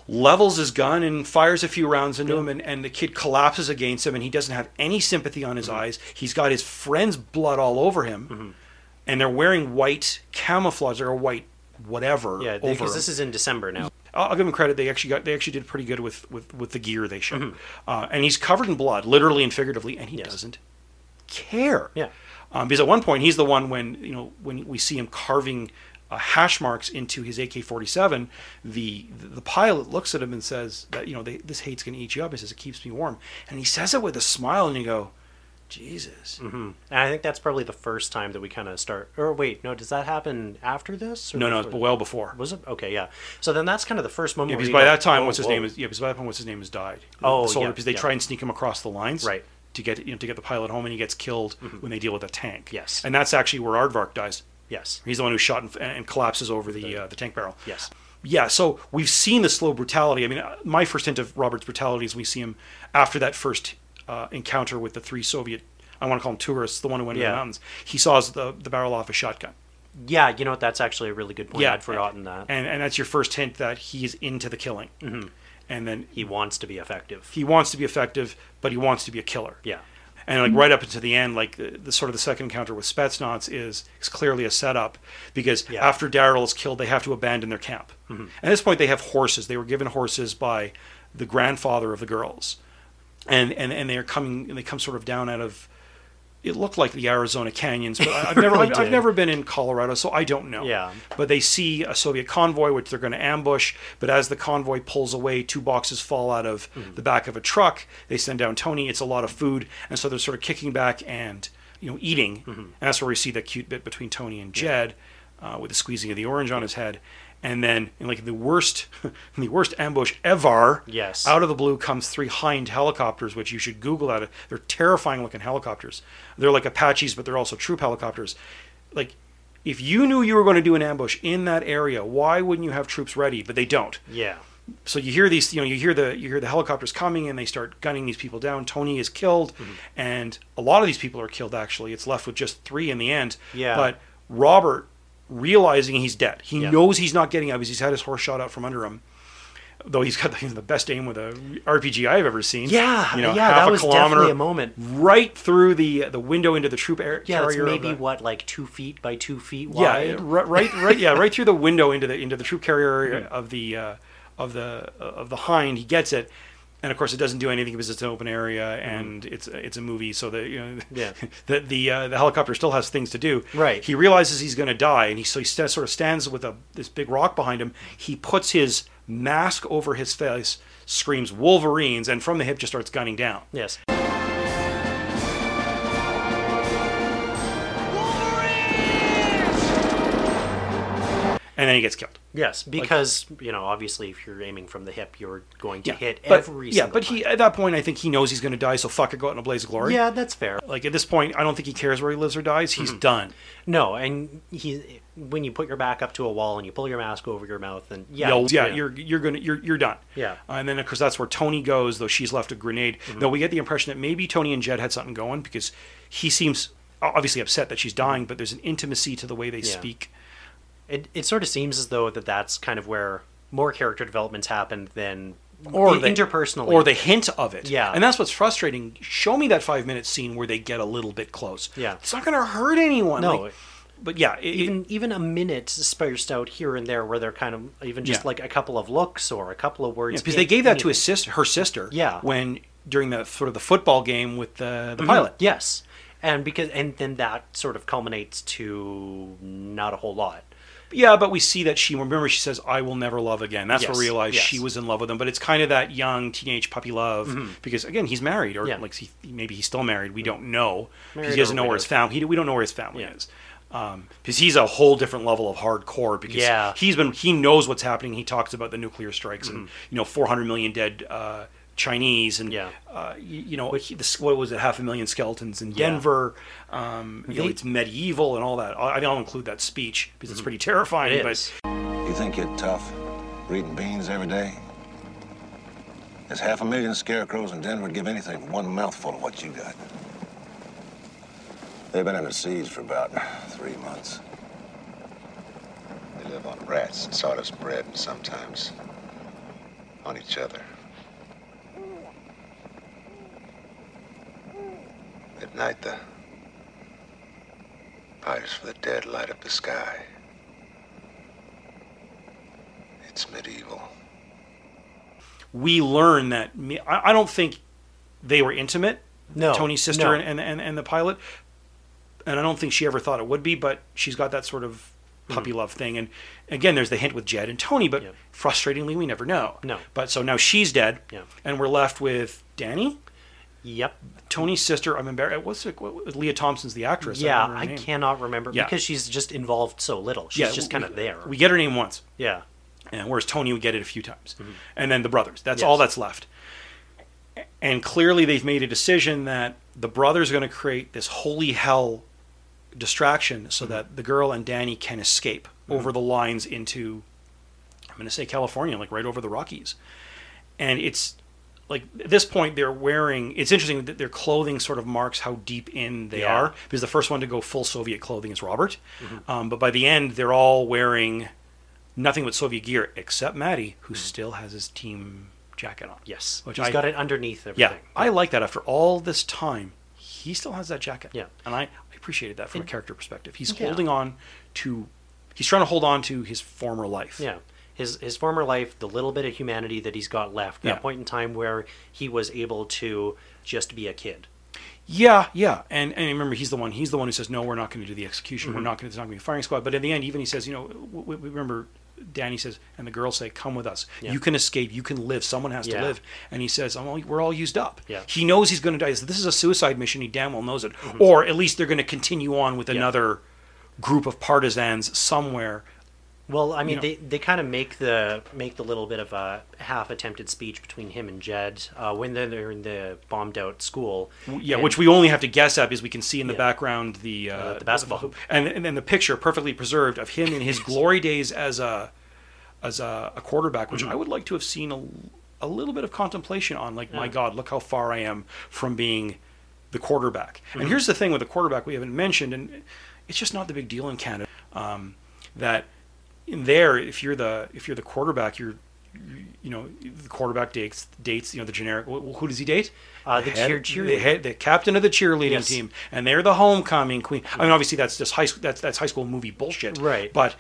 levels his gun and fires a few rounds into him and, and the kid collapses against him and he doesn't have any sympathy on his
Mm-hmm.
eyes he's got his friend's blood all over him and they're wearing white camouflage or white whatever
Yeah,
over
because this
him.
is in December now.
I'll I'll give them credit. They actually got. They actually did pretty good with with, with the gear they showed. Uh, and he's covered in blood, literally and figuratively, and he doesn't care.
Yeah.
Um, because at one point he's the one when you know when we see him carving uh, hash marks into his AK-47, the the pilot looks at him and says that you know they, this hate's going to eat you up. He says it keeps me warm, and he says it with a smile, and you go, Jesus.
hmm And I think that's probably the first time that we kind of start. Or wait, no, does that happen after this? Or
No, no, it's well before.
Was it okay? Yeah. So then that's kind of the first moment.
Yeah,
where
because
you
by
go,
that time,
"Whoa,
what's his
whoa."
name is yeah, because by that point, what's his name has died.
Oh,
the soldier,
yeah,
because they
yeah.
try and sneak him across the lines,
Right. Mm-hmm.
To get you know to get the pilot home, and he gets killed when they deal with a tank.
Yes.
and that's actually where Aardvark dies.
Yes.
he's the one who shot and, and collapses over the uh, the tank barrel.
Yes.
Yeah, so we've seen the slow brutality. I mean, uh, my first hint of Robert's brutality is we see him after that first uh, encounter with the three Soviet, I want to call them tourists, the one who went to
Yeah.
the mountains. He saws the, the barrel off a shotgun.
Yeah, you know what? That's actually a really good point. I'd forgotten that.
And, and that's your first hint that he is into the killing.
Mhm.
And then
he wants to be effective.
He wants to be effective, but he wants to be a killer.
Yeah.
And like right up into the end, like the, the sort of the second encounter with Spetsnaz is, is clearly a setup because after Daryl is killed, they have to abandon their camp.
Mhm.
At this point, they have horses. They were given horses by the grandfather of the girls, and and, and they are coming. And they come sort of down out of. It looked like the Arizona canyons, but I- I've
It
never
really
I've, I've
did.
never been in Colorado, so I don't know.
Yeah.
But they see a Soviet convoy, which they're going to ambush. But as the convoy pulls away, two boxes fall out of the back of a truck. They send down Tony. It's a lot of food, and so they're sort of kicking back and you know eating. And that's where we see that cute bit between Tony and Jed, uh, with the squeezing of the orange on his head. And then, in like the worst, in the worst ambush ever.
Yes.
Out of the blue comes three Hind helicopters, which you should Google at it. They're terrifying looking helicopters. They're like Apaches, but they're also troop helicopters. Like if you knew you were going to do an ambush in that area, why wouldn't you have troops ready? But they don't.
Yeah.
So you hear these, you know, you hear the you hear the helicopters coming, and they start gunning these people down. Tony is killed,
Mm-hmm.
and a lot of these people are killed. Actually, it's left with just three in the end.
Yeah.
But Robert, realizing he's dead, he
Yeah.
knows he's not getting up because he's had his horse shot out from under him. Though he's got the, the best aim with a RPG I've ever seen.
Yeah,
you know,
yeah,
half
that
a
was
kilometer
definitely a moment.
right through the the window into the troop air
Yeah, it's
carrier. of
maybe
the-
what like two feet by two feet
yeah,
wide.
it- right, right, right, yeah, right through the window into the into the troop carrier area of the uh, of the uh, of the hind. He gets it, and of course, it doesn't do anything because it's an open area and it's it's a movie, so that you know,
Mm-hmm. Yeah.
the the uh, the helicopter still has things to do.
Right.
He realizes he's going to die, and he so he sta- sort of stands with a this big rock behind him. He puts his mask over his face, screams "Wolverines," and from the hip just starts gunning down.
Yes.
and then he gets killed.
Yes,
Like-
because you know, obviously, if you're aiming from the hip, you're going to hit
but,
every.
yeah,
single
but he at that point I think he knows he's going to die, so fuck it, go out in a blaze of glory.
Yeah, that's fair.
Like at this point, I don't think he cares where he lives or dies. He's done.
No, and he when you put your back up to a wall and you pull your mask over your mouth and yeah,
Yells, yeah, you're you're gonna you're you're done.
Yeah.
Uh, and then of course that's where Tony goes, though she's left a grenade. Though we get the impression that maybe Tony and Jed had something going because he seems obviously upset that she's dying, but there's an intimacy to the way they
Yeah.
speak.
It it sort of seems as though that that's kind of where more character developments happen than
Or
i-
they-
interpersonally
or the hint of it.
Yeah.
and that's what's frustrating. Show me that five minute scene where they get a little bit close.
Yeah.
it's not gonna hurt anyone.
No.
Like, but yeah, it- it-
even even a minute spaced out here and there where they're kind of even just
Yeah.
like a couple of looks or a couple of words
Yeah, because they
in-
gave that to
anything.
his sister, her sister.
Yeah.
When during the sort of the football game with the the
Mhm,
pilot.
Yes, and because and then that sort of culminates to not a whole lot.
Yeah, but we see that she remember she says, "I will never love again." That's where
Yes,
we realize
yes.
she was in love with him. But it's kind of that young teenage puppy love
Mhm.
because again, he's married or
Yeah. Mm-hmm.
like he, maybe he's still married. We don't know.
Married
he doesn't
or
know where his family. He, we don't know where his family is. Um, because he's a whole different level of hardcore. Because
Yeah.
he's been he knows what's happening. He talks about the nuclear strikes and
Mhm.
you know 400 million dead uh, Chinese and uh, y- you, know he, this, what was it half a million skeletons in
Yeah.
Denver. Um, you know,
They- Mm-hmm.
it's medieval and all that. I, I mean, I'll include that speech because it's
Mhm.
pretty terrifying.
It
but
You think you're tough, reading beans every day? There's half a million scarecrows in Denver would give anything for one mouthful of what you got. They've been under siege for about three months. They live on rats and sawdust bread and sometimes on each other. At night, the fires for the dead light up the sky. It's medieval.
we learn that me- I, I don't think they were intimate.
No,
Tony's sister
no.
and, and, and the pilot, and I don't think she ever thought it would be. But she's got that sort of
Hmm.
puppy love thing. And again, there's the hint with Jed and Tony, but frustratingly, we never know.
No.
But so now she's dead,
Yeah.
and we're left with Danny.
Yep.
Tony's sister. I'm embarrassed. What's it? What, Leah Thompson's the actress. I
yeah,
don't
I
remember her name.
cannot remember
Yeah.
because she's just involved so little. She's
Yeah,
just
we-
kind of there.
We get her name once.
yeah.
And whereas Tony would get it a few times. And then the brothers. That's
Mm-hmm. Yes.
all that's left. A- And clearly they've made a decision that the brothers are going to create this holy hell distraction
Mm-hmm.
so that the girl and Danny can escape over the lines into I'm going to say California, like right over the Rockies. And it's like at this point they're wearing it's interesting that their clothing sort of marks how deep in they
Yeah. Mm-hmm.
are because the first one to go full Soviet clothing is Robert. Um, but by the end, they're all wearing nothing but Soviet gear except Maddie, who still has his team jacket on.
Hmm. Yes.
Which
He's
I-
got it underneath
Yeah,
everything.
I like that. After all this time, he still has that jacket.
Yeah.
and I, I appreciated that from a character perspective. He's
Yeah.
holding on to, he's trying to hold on to his former life.
Yeah. His his former life, the little bit of humanity that he's got left, that
Yeah.
point in time where he was able to just be a kid.
Yeah, yeah, and and remember, he's the one. He's the one who says, "No, we're not going to do the execution. We're
Mhm.
not going to. It's not going to be a firing squad." But in the end, even he says, "You know, w- w- remember." Danny says, and the girls say, "Come with us.
Yeah.
You can escape. You can live. Someone has
Yeah.
to live." And he says, I'm all, "We're all used up."
Yeah. Mm-hmm.
He knows he's going to die. So This is a suicide mission. He damn well knows it. Or at least they're going to continue on with another group of partisans somewhere.
Well, I mean,
know.
they, they kind of make the make the little bit of a half attempted speech between him and Jed uh, when they're, they're in the bombed out school.
W- Yeah,
And-
which we only have to guess at because we can see in the
Yeah.
background the uh,
Uh, the basketball hoop.
and and then the picture perfectly preserved of him in his glory days as a as a, a quarterback,
Mm-hmm.
which I would like to have seen a, a little bit of contemplation on. Like, my
Yeah.
God, look how far I am from being the quarterback.
Mhm.
And here's the thing with the quarterback we haven't mentioned, and it's just not the big deal in Canada. Um, that in there, if you're the if you're the quarterback, you're you know the quarterback dates dates you know the generic wh- who does he date
Uh, the
head-
cheer-
the,
cheerleader.
head, the captain of the cheerleading
Yes.
team and they're the homecoming queen i mean obviously that's just high school that's, that's high school movie bullshit
Right.
but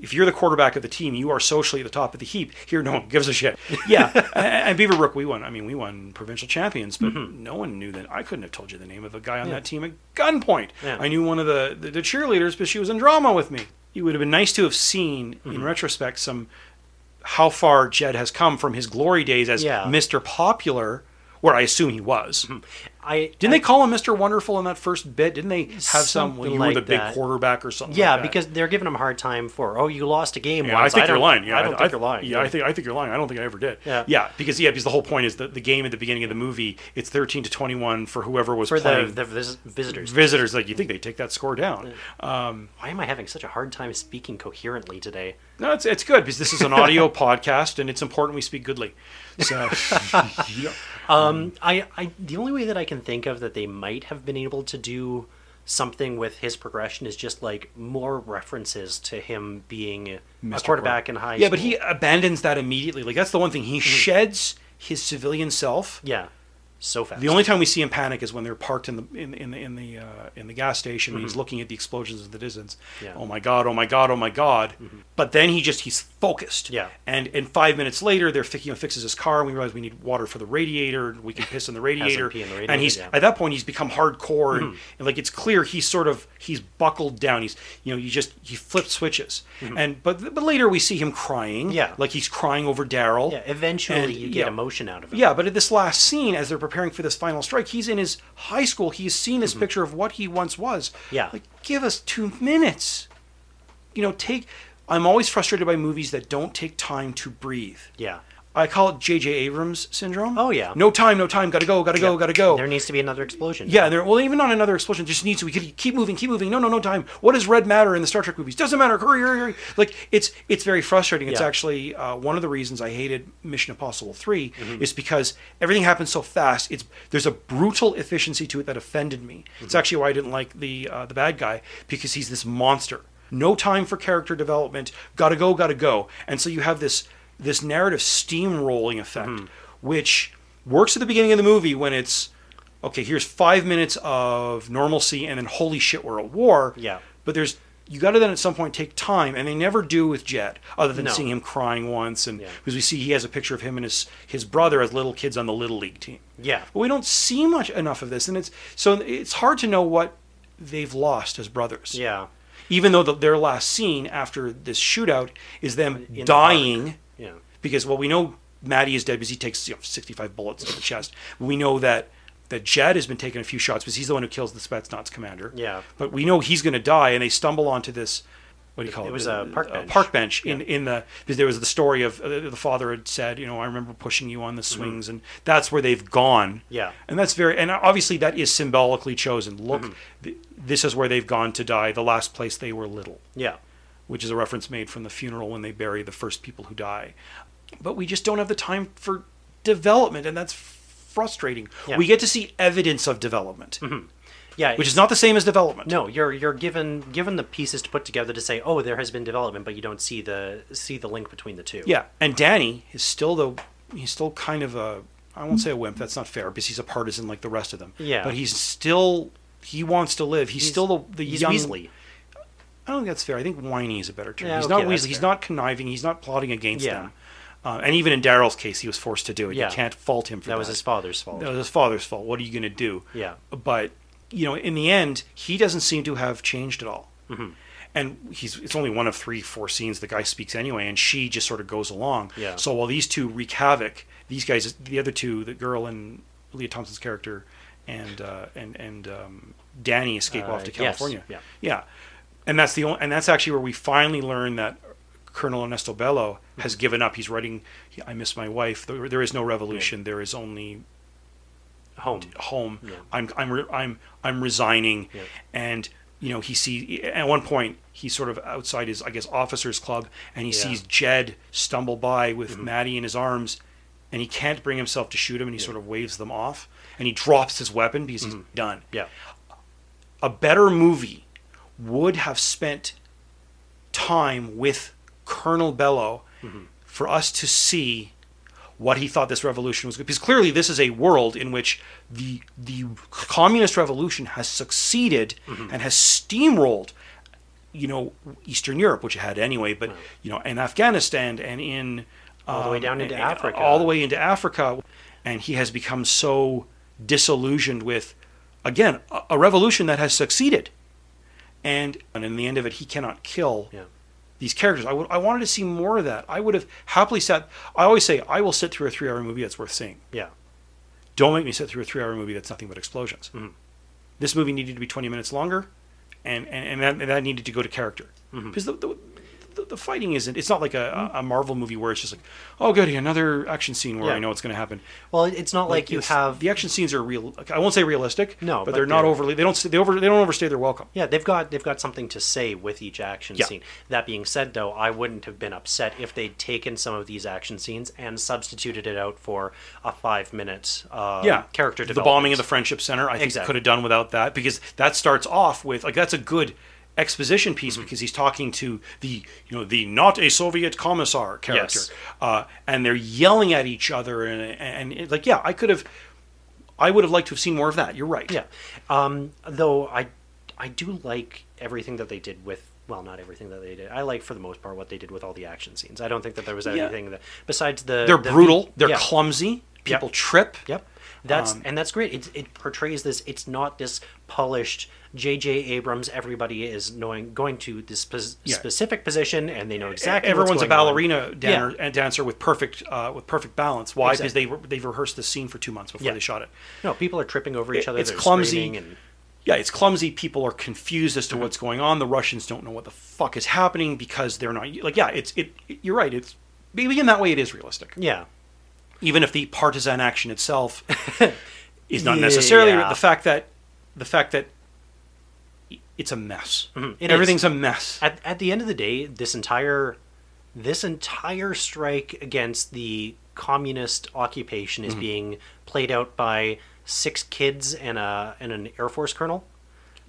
if you're the quarterback of the team you are socially at the top of the heap here no one gives a shit yeah A- a- and beaver brook we won i mean we won provincial champions but no one knew that i couldn't have told you the name of a guy on
Mm-hmm. Yeah.
that team at gunpoint
Yeah.
i knew one of the, the the cheerleaders but she was in drama with me it would have been nice to have seen
Mm-hmm.
in retrospect some how far Jed has come from his glory days as
Yeah. Mm-hmm.
Mr. Popular, where I assume he was.
I
didn't they call him Mr. Wonderful in that first bit? Didn't they have some when
Something
you
like
were the big
that.
quarterback or something?
yeah,
like that?
because they're giving him a hard time for oh you lost a game.
Yeah, I
once.
think you're
don't-
lying. Yeah,
I don't think you're lying.
Yeah, I think I think you're lying. I don't think I ever did.
Yeah.
yeah, because yeah, because the whole point is that the game at the beginning of the movie, it's 13 to 21 for whoever was
for the,
playing
the vis- visitors.
visitors. Like you think they take that score down? Um,
Why am I having such a hard time speaking coherently today?
no, it's it's good because this is an audio podcast and it's important we speak goodly. So yeah.
Um, I, I the only way that I can think of that they might have been able to do something with his progression is just like more references to him being a
Mr.
quarterback
Pro.
in high
Yeah,
school. Mm-hmm.
but he abandons that immediately. Like that's the one thing he sheds his civilian self.
Yeah, so fast.
The only time we see him panic is when they're parked in the in in the in the, uh, in the gas station. and He's looking at the explosions in the distance.
Mm-hmm. Yeah. Mm-hmm.
Oh my god! Oh my god! Oh my god! But then he just he's focused.
Yeah.
And and five minutes later, they're fixing you know, fixes his car, and we realize we need water for the radiator. and We can piss in the radiator.
pee in the
and
radiator,
he's
yeah.
at that point he's become hardcore, and,
Mhm.
and like it's clear he's sort of he's buckled down. He's you know you just he flips switches.
Mhm.
And but but later we see him crying.
Yeah.
Like he's crying over Daryl.
yeah, eventually
And,
you get
yeah.
emotion out of it.
Yeah, but at this last scene, as they're preparing for this final strike, he's in his high school. He's seen this picture of what he once was.
Mm-hmm. Yeah.
Like, give us two minutes. You know, take. I'm always frustrated by movies that don't take time to breathe.
Yeah.
I call it J.J. Abrams syndrome.
Oh yeah.
No time, no time. Gotta go, gotta go, gotta go.
There needs to be another explosion.
Yeah, there. Well, even on another explosion, just needs to. We could keep moving, keep moving. No, no, no time. What does red matter in the Star Trek movies? Doesn't matter. Hurry, hurry, hurry. Like it's it's very frustrating. It's
Yeah.
actually uh, one of the reasons I hated Mission Impossible 3 is because everything happens so fast. It's there's a brutal efficiency to it that offended me. It's actually why I didn't like the uh, the bad guy because he's this monster. No time for character development. Gotta go, gotta go. And so you have this this narrative steamrolling effect, which works at the beginning of the movie when it's okay, here's five minutes of normalcy, and then holy shit, we're at war.
Yeah.
But there's you got to then at some point take time, and they never do with Jed, other than
No.
seeing him crying once, and
Yeah.
because we see he has a picture of him and his his brother as little kids on the little league team.
Yeah.
But we don't see much enough of this, and it's so it's hard to know what they've lost as brothers.
Yeah.
Even though the, their last scene after this shootout is them
the
dying
Yeah.
because well we know Maddie is dead because he takes you know, 65 bullets to the chest. We know that that Jed has been taking a few shots because he's the one who kills the Spetsnaz commander.
Yeah.
But we know he's going to die, and they stumble onto this. What do you call it?
It was a park bench.
park bench in in the because there was the story of uh, the father had said, you know, I remember pushing you on the swings, and that's where they've gone.
Mm-hmm. Yeah.
And that's very and obviously that is symbolically chosen. Look,
Mm-hmm.
th- this is where they've gone to die, the last place they were little
Yeah.
which is a reference made from the funeral when they bury the first people who die. But we just don't have the time for development, and that's frustrating.
Yeah.
We get to see evidence of development,
Yeah.
which is not the same as development.
No, you're you're given given the pieces to put together to say, oh, there has been development, but you don't see the see the link between the two.
Yeah, and Danny is still the he's still kind of a I won't say a wimp. That's not fair because he's a partisan like the rest of them.
Yeah.
but he's still he wants to live. He's, still the the
he's
young.
Weasley.
I don't think that's fair. I think whiny is a better term.
Yeah,
he's
okay,
not
that's
Weasley. He's
fair.
not conniving. He's not plotting against
Yeah.
them. Uh, and even in Daryl's case, he was forced to do it.
Yeah.
You can't fault him for that.
That was his father's fault.
That was his father's fault. What are you going to do?
Yeah.
But you know, in the end, he doesn't seem to have changed at all.
Mm-hmm.
And he's it's only one of three, four scenes the guy speaks anyway, and she just sort of goes along.
Yeah.
So while these two wreak havoc, these guys, the other two, the girl and Leah Thompson's character, and uh, and and um, Danny escape
Uh,
off to
yes,
California.
yeah.
Yeah. And that's the only, and that's actually where we finally learn that Colonel Ernesto Bello has
Mm-hmm.
given up. He's writing, "I miss my wife. There, there is no revolution. There is only
Home.
home.
Yeah.
I'm I'm re- I'm I'm resigning,
Yeah.
and you know he sees at one point he's sort of outside his I guess officers club, and he
Yeah. Mm-hmm.
sees Jed stumble by with Maddie in his arms, and he can't bring himself to shoot him, and he sort of waves them off, and he drops his weapon because he's done.
Mm-hmm. Yeah.
A better movie would have spent time with Colonel Bello
Mm-hmm.
for us to see what he thought this revolution was because clearly this is a world in which the the communist revolution has succeeded
Mm-hmm.
and has steamrolled you know Eastern Europe which it had anyway but you know in Afghanistan and in
All the way down into
and-
Africa.
all the way into Africa and he has become so disillusioned with again a, a revolution that has succeeded and and in the end of it he cannot kill
Yeah.
these characters. I would I wanted to see more of that. I would have happily sat. I always say I will sit through a three hour movie that's worth seeing.
Yeah.
Don't make me sit through a three hour movie that's nothing but explosions.
Mm-hmm.
This movie needed to be 20 minutes longer, and, and, and, that, and that needed to go to character.
Mhm.
Because the, the, the, the fighting isn't, it's not like
Mm-hmm.
a, a Marvel movie where it's just like, oh, goody, another action scene where
Yeah.
I know it's going to happen.
Well, it's not like, you
it's-
have
The action scenes are real, I won't say realistic,
no,
but, they're, not overly, they don't, they, over, they don't overstay their welcome.
Yeah, they've got they've got something to say with each action
Yeah.
scene. That being said, though, I wouldn't have been upset if they'd taken some of these action scenes and substituted it out for a five minute uh,
yeah
character
the
development.
bombing of the friendship center i think
Exactly.
could have done without that because that starts off with like that's a good exposition piece
Mm-hmm.
because he's talking to the you know the not a soviet commissar character
Yes.
uh, and they're yelling at each other and and, it, like yeah i could have i would have liked to have seen more of that you're right
yeah um though i i do like everything that they did with well not everything that they did i like for the most part what they did with all the action scenes i don't think that there was
Yeah.
anything that besides the
they're
the-
brutal they're
yeah.
clumsy people trip
Yep. That's
Um,
and that's great. It, it portrays this. It's not this polished J.J. Abrams. Everybody is knowing going to this pos-
Yeah. E,
specific position, and they know exactly. what's
everyone's a
going on.
ballerina
Yeah.
dancer, dancer with perfect uh, with perfect balance why because
Exactly.
they re- they've rehearsed this scene for two months before
Yeah.
they shot it
No, people are tripping over each
It-
other.
It's
they're
clumsy.
screaming And,
Yeah, it's clumsy. People are confused as to what's going on. The Russians don't know what the fuck is happening because they're not like yeah. It's it. You're right. It's maybe in that way it is realistic.
yeah.
Even if the partisan action itself is not
Yeah.
necessarily the fact that the fact that it's a mess.
It
Everything's
is.
a mess.
Mm-hmm. At, at the end of the day, this entire this entire strike against the communist occupation is
Mhm.
being played out by six kids and a and an air force colonel.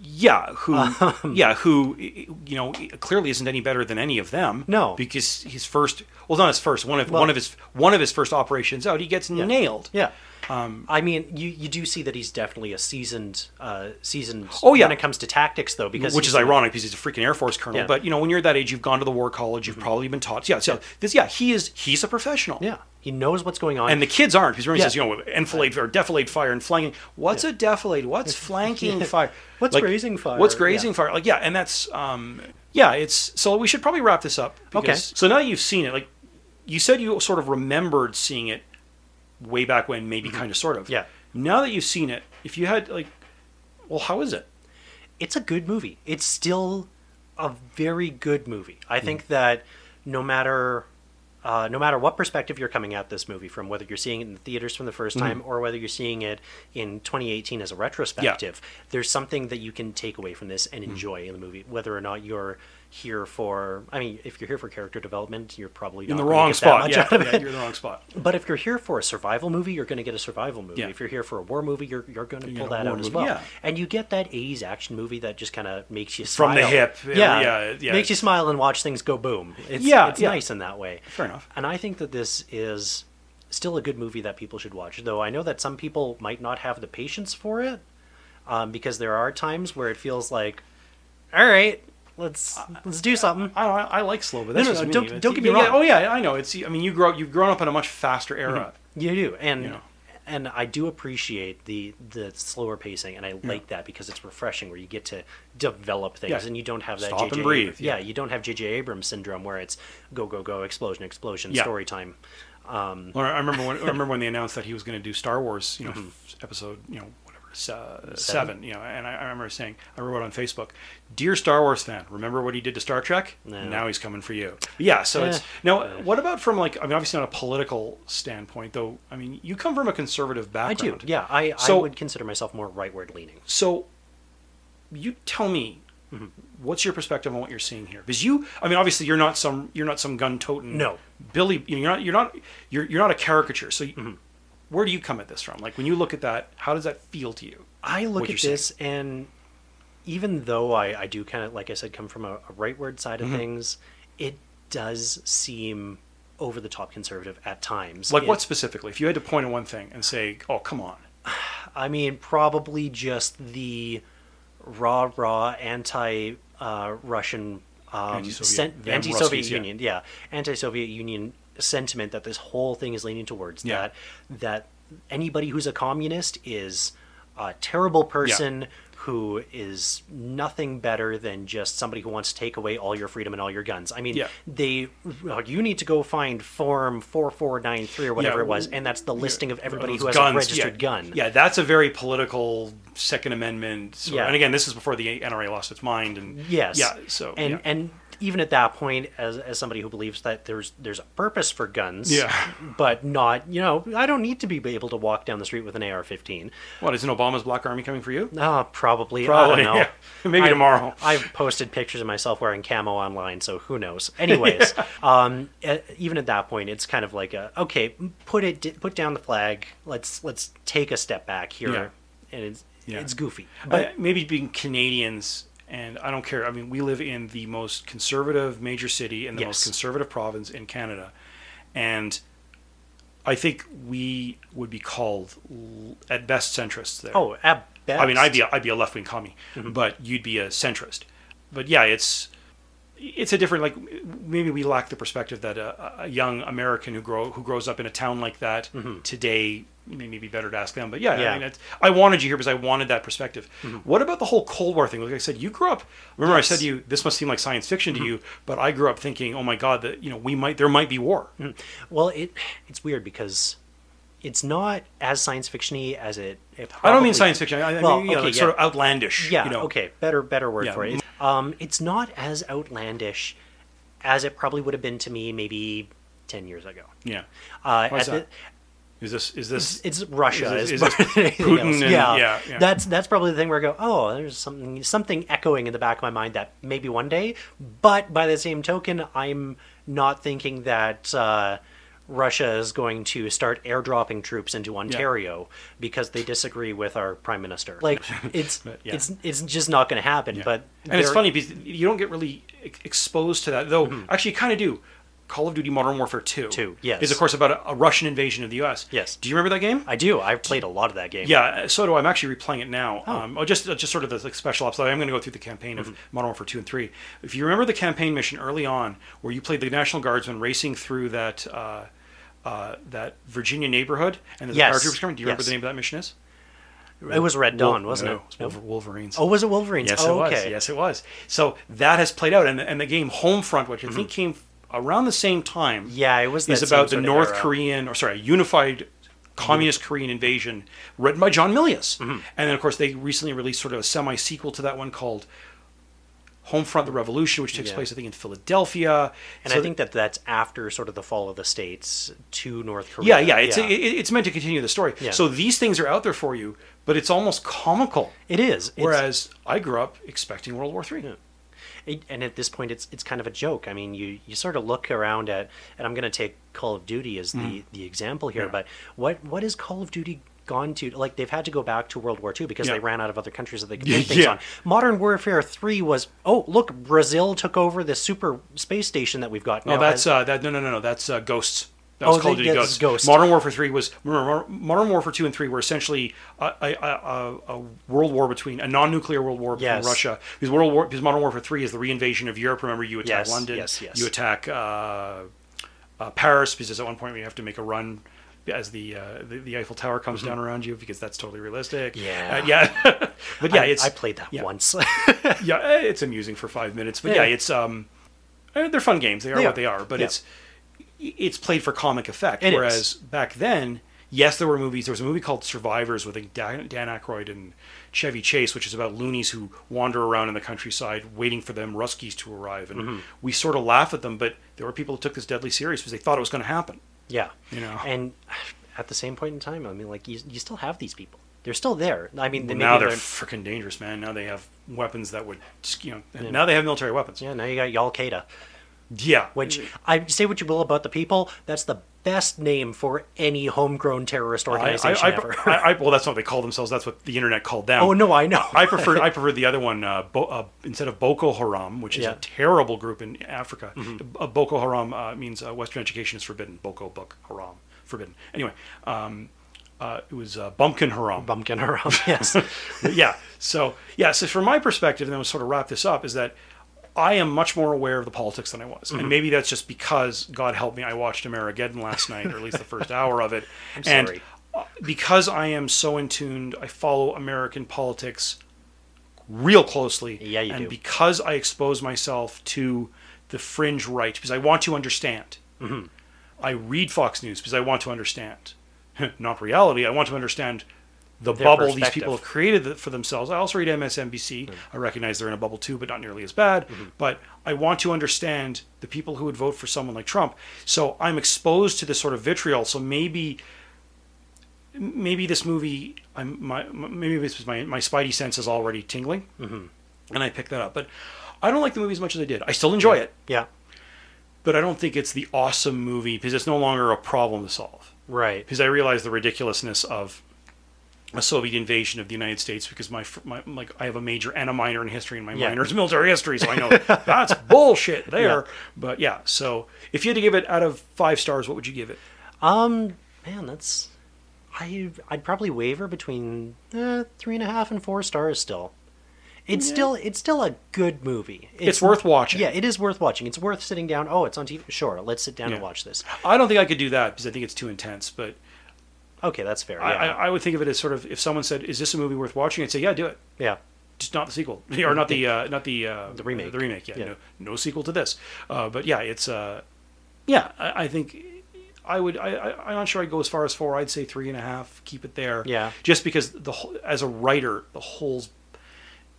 Yeah, who
Um.
yeah, who i- i- you know clearly isn't any better than any of them. No, because his first well, not his first one of
Well-
one of his one of his first operations out, he gets nailed.
Yeah.
Um,
I mean, you, you do see that he's definitely a seasoned uh, seasoned.
Oh, yeah.
When it comes to tactics, though, because
which
he's
is
been-
ironic because he's a freaking Air Force colonel.
Yeah. Mm-hmm.
But you know, when you're that age, you've gone to the war college, you've probably been taught. Yeah, so this, yeah, he is he's a professional.
Yeah, he knows what's going on,
and the kids aren't because remember he
Yeah.
says you know enfilade or defilade fire and flanking. What's a defilade? What's flanking
Yeah.
fire?
What's grazing fire?
What's
Yeah.
grazing fire? Like yeah, and that's um yeah, it's so we should probably wrap this up.
Okay.
So now you've seen it. Like you said, you sort of remembered seeing it way back when, maybe
Mm-hmm.
kind of sort of. Yeah. Now that you've seen it, if you had like, well, how is it?
It's a good movie. It's still a very good movie. I
Hmm.
think that no matter uh, no matter what perspective you're coming at this movie from, whether you're seeing it in the theaters from the 1st
Mhm.
time or whether you're seeing it in 2018 as a retrospective, there's something that you can take away from this and
Hmm.
enjoy in the movie, whether or not you're here for. I mean, if you're here for character development, you're probably
in
not
the
gonna
wrong
get that
spot.
much
Yeah,
out of
yeah,
it.
you're in the wrong spot.
But if you're here for a survival movie, you're going to get a survival movie.
Yeah.
If you're here for a war movie, you're, you're going to
You
pull
get a
that
war
out as
movie,
well.
yeah.
And you get that 80s action movie that just kind of makes you smile.
From the hip, yeah,
Yeah.
yeah, yeah,
Makes you smile and watch things go boom. It's,
Yeah,
It's
yeah.
nice in that way.
Fair enough.
And I think that this is still a good movie that people should watch, though I know that some people might not have the patience for it um, because there are times where it feels like, all right, let's
Uh,
let's do something.
I, I, I like slow, but
No,
that's
no,
just
no,
me.
don't-
It's-
don't get me
yeah, yeah,
wrong.
Oh yeah, I know. It's I mean you grow you've grown up in a much faster era.
Mhm. You do, and
You know.
and I do appreciate the the slower pacing, and I like that because it's refreshing where you get to develop things
Yeah.
and you don't have that
Stop and
JJ
breathe,
Abrams- Yeah. you don't have JJ Abrams syndrome where it's go go go explosion explosion
Yeah.
story time. Um,
Well, I remember when I remember when they announced that he was going to do Star Wars, you know, episode, you know, whatever, se- uh, seven, you know, and I, I remember saying, I wrote on Facebook, "Dear Star Wars fan, remember what he did to Star Trek?
No.
Now he's coming for you." Yeah, so it's
Eh.
now. What about from like I mean, obviously not a political standpoint, though. I mean, you come from a conservative
I
background.
do, yeah. I,
So-
I would consider myself more rightward leaning.
So, you tell me,
Mm-hmm.
what's your perspective on what you're seeing here? Because you, I mean, obviously you're not some you're not some gun toting
No.
Billy. You're not you're not you're you're not a caricature. So, you-
Mm-hmm.
where do you come at this from? Like when you look at that, how does that feel to you?
I look
what
at
you're
this and even though I, I do kind of like I said come from a, a rightward side of
Mhm.
things, it does seem over the top conservative at times.
Like
It-
what specifically? If you had to point at one thing and say, "Oh, come on,"
I mean, probably just the raw, raw anti uh, Russian, um,
Anti-Soviet.
sen-
Them
anti Soviet
Ruskies, yeah.
Union, yeah, anti Soviet Union sentiment that this whole thing is leaning towards.
Yeah.
That that anybody who's a communist is a terrible person who is nothing better than just somebody who wants to take away all your freedom and all your guns. I mean,
Yeah.
they uh, you need to go find form 4493 or whatever
Yeah,
it was
w-
and that's the listing of everybody
those
who has
guns,
a registered
yeah.
gun.
Yeah, that's a very political Second Amendment. sort of-
Yeah.
and again, this is before the NRA lost its mind. And
Yes.
yeah, so
and
yeah.
and even at that point, as as somebody who believes that there's there's a purpose for guns,
Yeah.
but not you know I don't need to be able to walk down the street with an AR-15.
What isn't Obama's Black Army coming for you?
Ah,
Probably,
probably. I don't know.
yeah. Maybe
I-
tomorrow.
I've posted pictures of myself wearing camo online, so who knows? Anyways, um, e- even at that point, it's kind of like a okay, put it put down the flag. Let's let's take a step back here,
Yeah.
and it's
Yeah.
it's goofy,
but
but
maybe being Canadians, and I don't care. I mean, we live in the most conservative major city and the most
Yes.
conservative province in Canada, and I think we would be called l- at best centrists there.
Oh, at
I mean, I'd
best. Mm-hmm.
be a, I'd be a left wing commie, but you'd be a centrist. But yeah, it's it's a different like maybe we lack the perspective that a, a young American who grow who grows up in a town like that today maybe be better to ask them. But yeah,
Mm-hmm. Yeah. Mm-hmm.
I mean, it's, I wanted you here because I wanted that perspective. What about the whole Cold War thing? Like I said, you grew up. Remember, I said to you this must seem like science fiction
Mm-hmm.
to you, but I grew up thinking, oh my God, that you know we might there might be war.
Mm-hmm. well, it it's weird because it's not as science fictiony as it.
I
it
don't
probably-
mean science fiction. I, I
Well,
mean, you know,
okay,
like
yeah.
sort of outlandish.
Yeah.
You know?
Okay. Better. Better word
Yeah.
for it. Um, it's not as outlandish as it probably would have been to me maybe ten years ago.
Yeah.
Uh,
Why is
at the-
that? Is this is this
It's Russia.
Is,
Is,
this- is this Putin? And,
yeah.
yeah, yeah.
That's that's probably the thing where I go, oh, there's something something echoing in the back of my mind that maybe one day. But by the same token, I'm not thinking that uh, Russia is going to start airdropping troops into Ontario because they disagree with our prime minister. Like it's
But, yeah.
it's it's just not going to happen. But
and it's
there-
funny because you don't get really ex- exposed to that though actually you kind of do call of duty modern warfare 2 2
Mm-hmm. yes.
is of course about a, a russian invasion of the us
Yes.
do you remember that game
I do. I've played a lot of that game.
yeah so do i i'm actually replaying it now um, oh, just just sort of the like, special ops i'm going to go through the campaign
Mm-hmm.
of modern warfare 2 and 3 if you remember the campaign mission early on where you played the national guardsman racing through that uh, uh, that Virginia neighborhood, and there's
Yes.
paratroopers coming. Do you remember
Yes.
the name of that mission is?
It was Red Dawn, wasn't
no,
it?
was Wolver- Wolverines.
Oh, was it Wolverines?
Yes,
Oh,
it was.
okay.
Yes, it was. So that has played out, and and the game Homefront, which I think came around the same time.
Mm-hmm. Yeah, it was
Is
that same
about the
sort of
North
era. Mm-hmm.
Korean, or sorry, unified communist Korean invasion, written by John Milius, and then of course they recently released sort of a semi sequel to that one called. Homefront: The Revolution, which takes
Yeah.
place, I think, in Philadelphia,
And
So
I think that that's after sort of the fall of the states to North
yeah,
Korea.
yeah, it's It, it's meant to continue the story.
Yeah.
So these things are out there for you, but it's almost comical.
It is. It's-
Whereas I grew up expecting World War Three.
It- and at this point, it's it's kind of a joke. I mean, you, you sort of look around at, and I'm going to take Call of Duty as the,
Mhm.
the example here,
Yeah.
but what what is Call of Duty gone to? Like they've had to go back to World War II because
Yeah.
they ran out of other countries that they could
Yeah,
make things
yeah.
on. Modern Warfare Three was oh look, Brazil took over this super space station that we've got.
No,
now
that's
as-
uh, that. No, no, no, no. That's uh, Ghosts. That
Oh,
was Call of
they-
Duty
that's
Ghosts.
Ghost.
Modern Warfare Three was remember, Modern Warfare Two and Three were essentially a, a, a, a- a world war between a non-nuclear world war between
Yes.
Russia because World War because Modern Warfare Three is the reinvasion of Europe. Remember, you attack
Yes,
London,
yes, yes.
you attack uh, uh, Paris because at one point you have to make a run as the uh, the, the Eiffel Tower comes down around you because that's totally realistic.
Mm-hmm. Yeah.
Uh, yeah, but yeah,
I-
it's
I played that
yeah.
once.
yeah, eh, it's amusing for five minutes, but yeah,
Yeah.
it's um, eh, they're fun games. They are
They
what
are.
they are, but
Yeah.
it's it's played for comic effect.
It is.
whereas back then, yes, there were movies. There was a movie called Survivors with like, Dan, Dan Aykroyd and Chevy Chase, which is about loonies who wander around in the countryside waiting for them Ruskies to arrive, and
Mhm.
we sort of laugh at them. But there were people who took this deadly serious because they thought it was going to happen.
Yeah.
You know?
And at the same point in time, I mean, like, you, you still have these people. They're still there. I mean, they
Well, now
maybe
they're freaking dangerous, man. Now they have weapons that would, you know,
Yeah.
now they have military weapons.
Yeah, now you got Yal Qaeda.
Yeah.
Which, I say what you will about the people, that's the best name for any homegrown terrorist
I-
organization
I, I,
ever.
I, I- well, that's not what they call themselves. That's what the internet called them.
Oh, no, I know.
I prefer I prefer the other one uh, Bo, uh, instead of Boko Haram, which is
Yeah. Mm-hmm.
a terrible group in Africa. Uh, Boko Haram uh, means uh, Western education is forbidden. Boko Bok Haram forbidden. Anyway, um, uh, it was uh, Bumpkin Haram.
Bumpkin Haram. Yes.
yeah. So yeah. So from my perspective, and then we'll sort of wrap this up, is that. I am much more aware of the politics than I was,
Mhm.
and maybe that's just because God help me, I watched Amerigeddon last night, or at least the first hour of it,
I'm
and
sorry.
uh, because I am so in tuned, I follow American politics real closely.
Yeah, you
and
do.
because I expose myself to the fringe right, because I want to understand.
Mhm.
I read Fox News because I want to understand, not reality. I want to understand the
Their
bubble these
perspective. Mm.
people have created th- for themselves. I also read MSNBC. I recognize they're in a bubble too, but not nearly as bad.
Mm-hmm.
But I want to understand the people who would vote for someone like Trump. So I'm exposed to this sort of vitriol. So maybe, maybe this movie, I'm my my- maybe this was my my spidey sense is already tingling,
Mhm.
and I picked that up. But I don't like the movie as much as I did. I still enjoy it,
Yeah.
but I don't think it's the awesome movie because it's no longer a problem to solve.
Right.
Because I realize the ridiculousness of a Soviet invasion of the United States because my, fr- my like I have a major and a minor in history and my
Yeah.
minor is military history, so I know that's bullshit there. But yeah, so if you had to give it out of five stars, what would you give it?
Um, man, that's I. I'd probably waver between uh, three and a half and four stars still. It's
Yeah.
still it's still a good movie.
It's worth watching.
Yeah, it is worth watching. It's worth sitting down. Oh, it's on TV. Sure, let's sit down and
Yeah.
watch this.
I don't think I could do that because I think it's too intense. But
Okay, that's fair.
I, I,
yeah.
I would think of it as sort of if someone said, "Is this a movie worth watching?" I'd say, "Yeah, do it."
yeah.
just not the sequel or not the uh, not the uh, the
remake.
the remake yeah,
Yeah.
No, no sequel to this uh, but yeah it's uh yeah I, I think I would I, I I'm not sure I'd go as far as four I'd say three and a half keep it there
Yeah.
just because the whole- as a writer the holes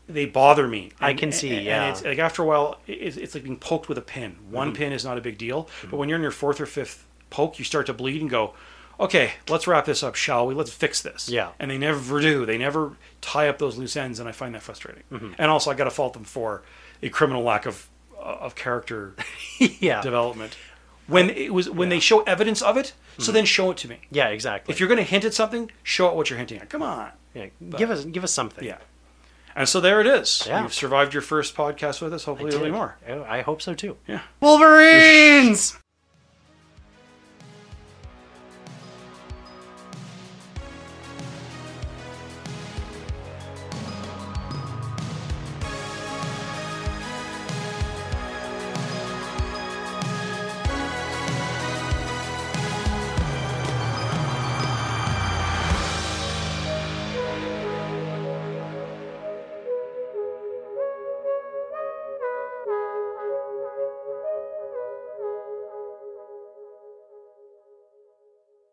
they bother me
I can see,
and,
yeah.
it's like after a while it- it's, it's like being poked with a pin one
Mhm.
pin is not a big deal but when you're in your fourth or fifth poke you start to bleed and go okay let's wrap this up shall we let's fix this
Yeah.
and they never do they never tie up those loose ends and i find that frustrating
Mhm.
and also i got to fault them for a criminal lack of uh, of character
Yeah.
development Uh, when it was when they show evidence of it so then show it to me
Yeah, exactly.
if you're going to hint at something show it what you're hinting at come on
yeah, give us give us something.
yeah and so there it is
Yeah. Oh,
you've survived your first podcast with us hopefully there'll be more
I hope so too.
yeah
Wolverines.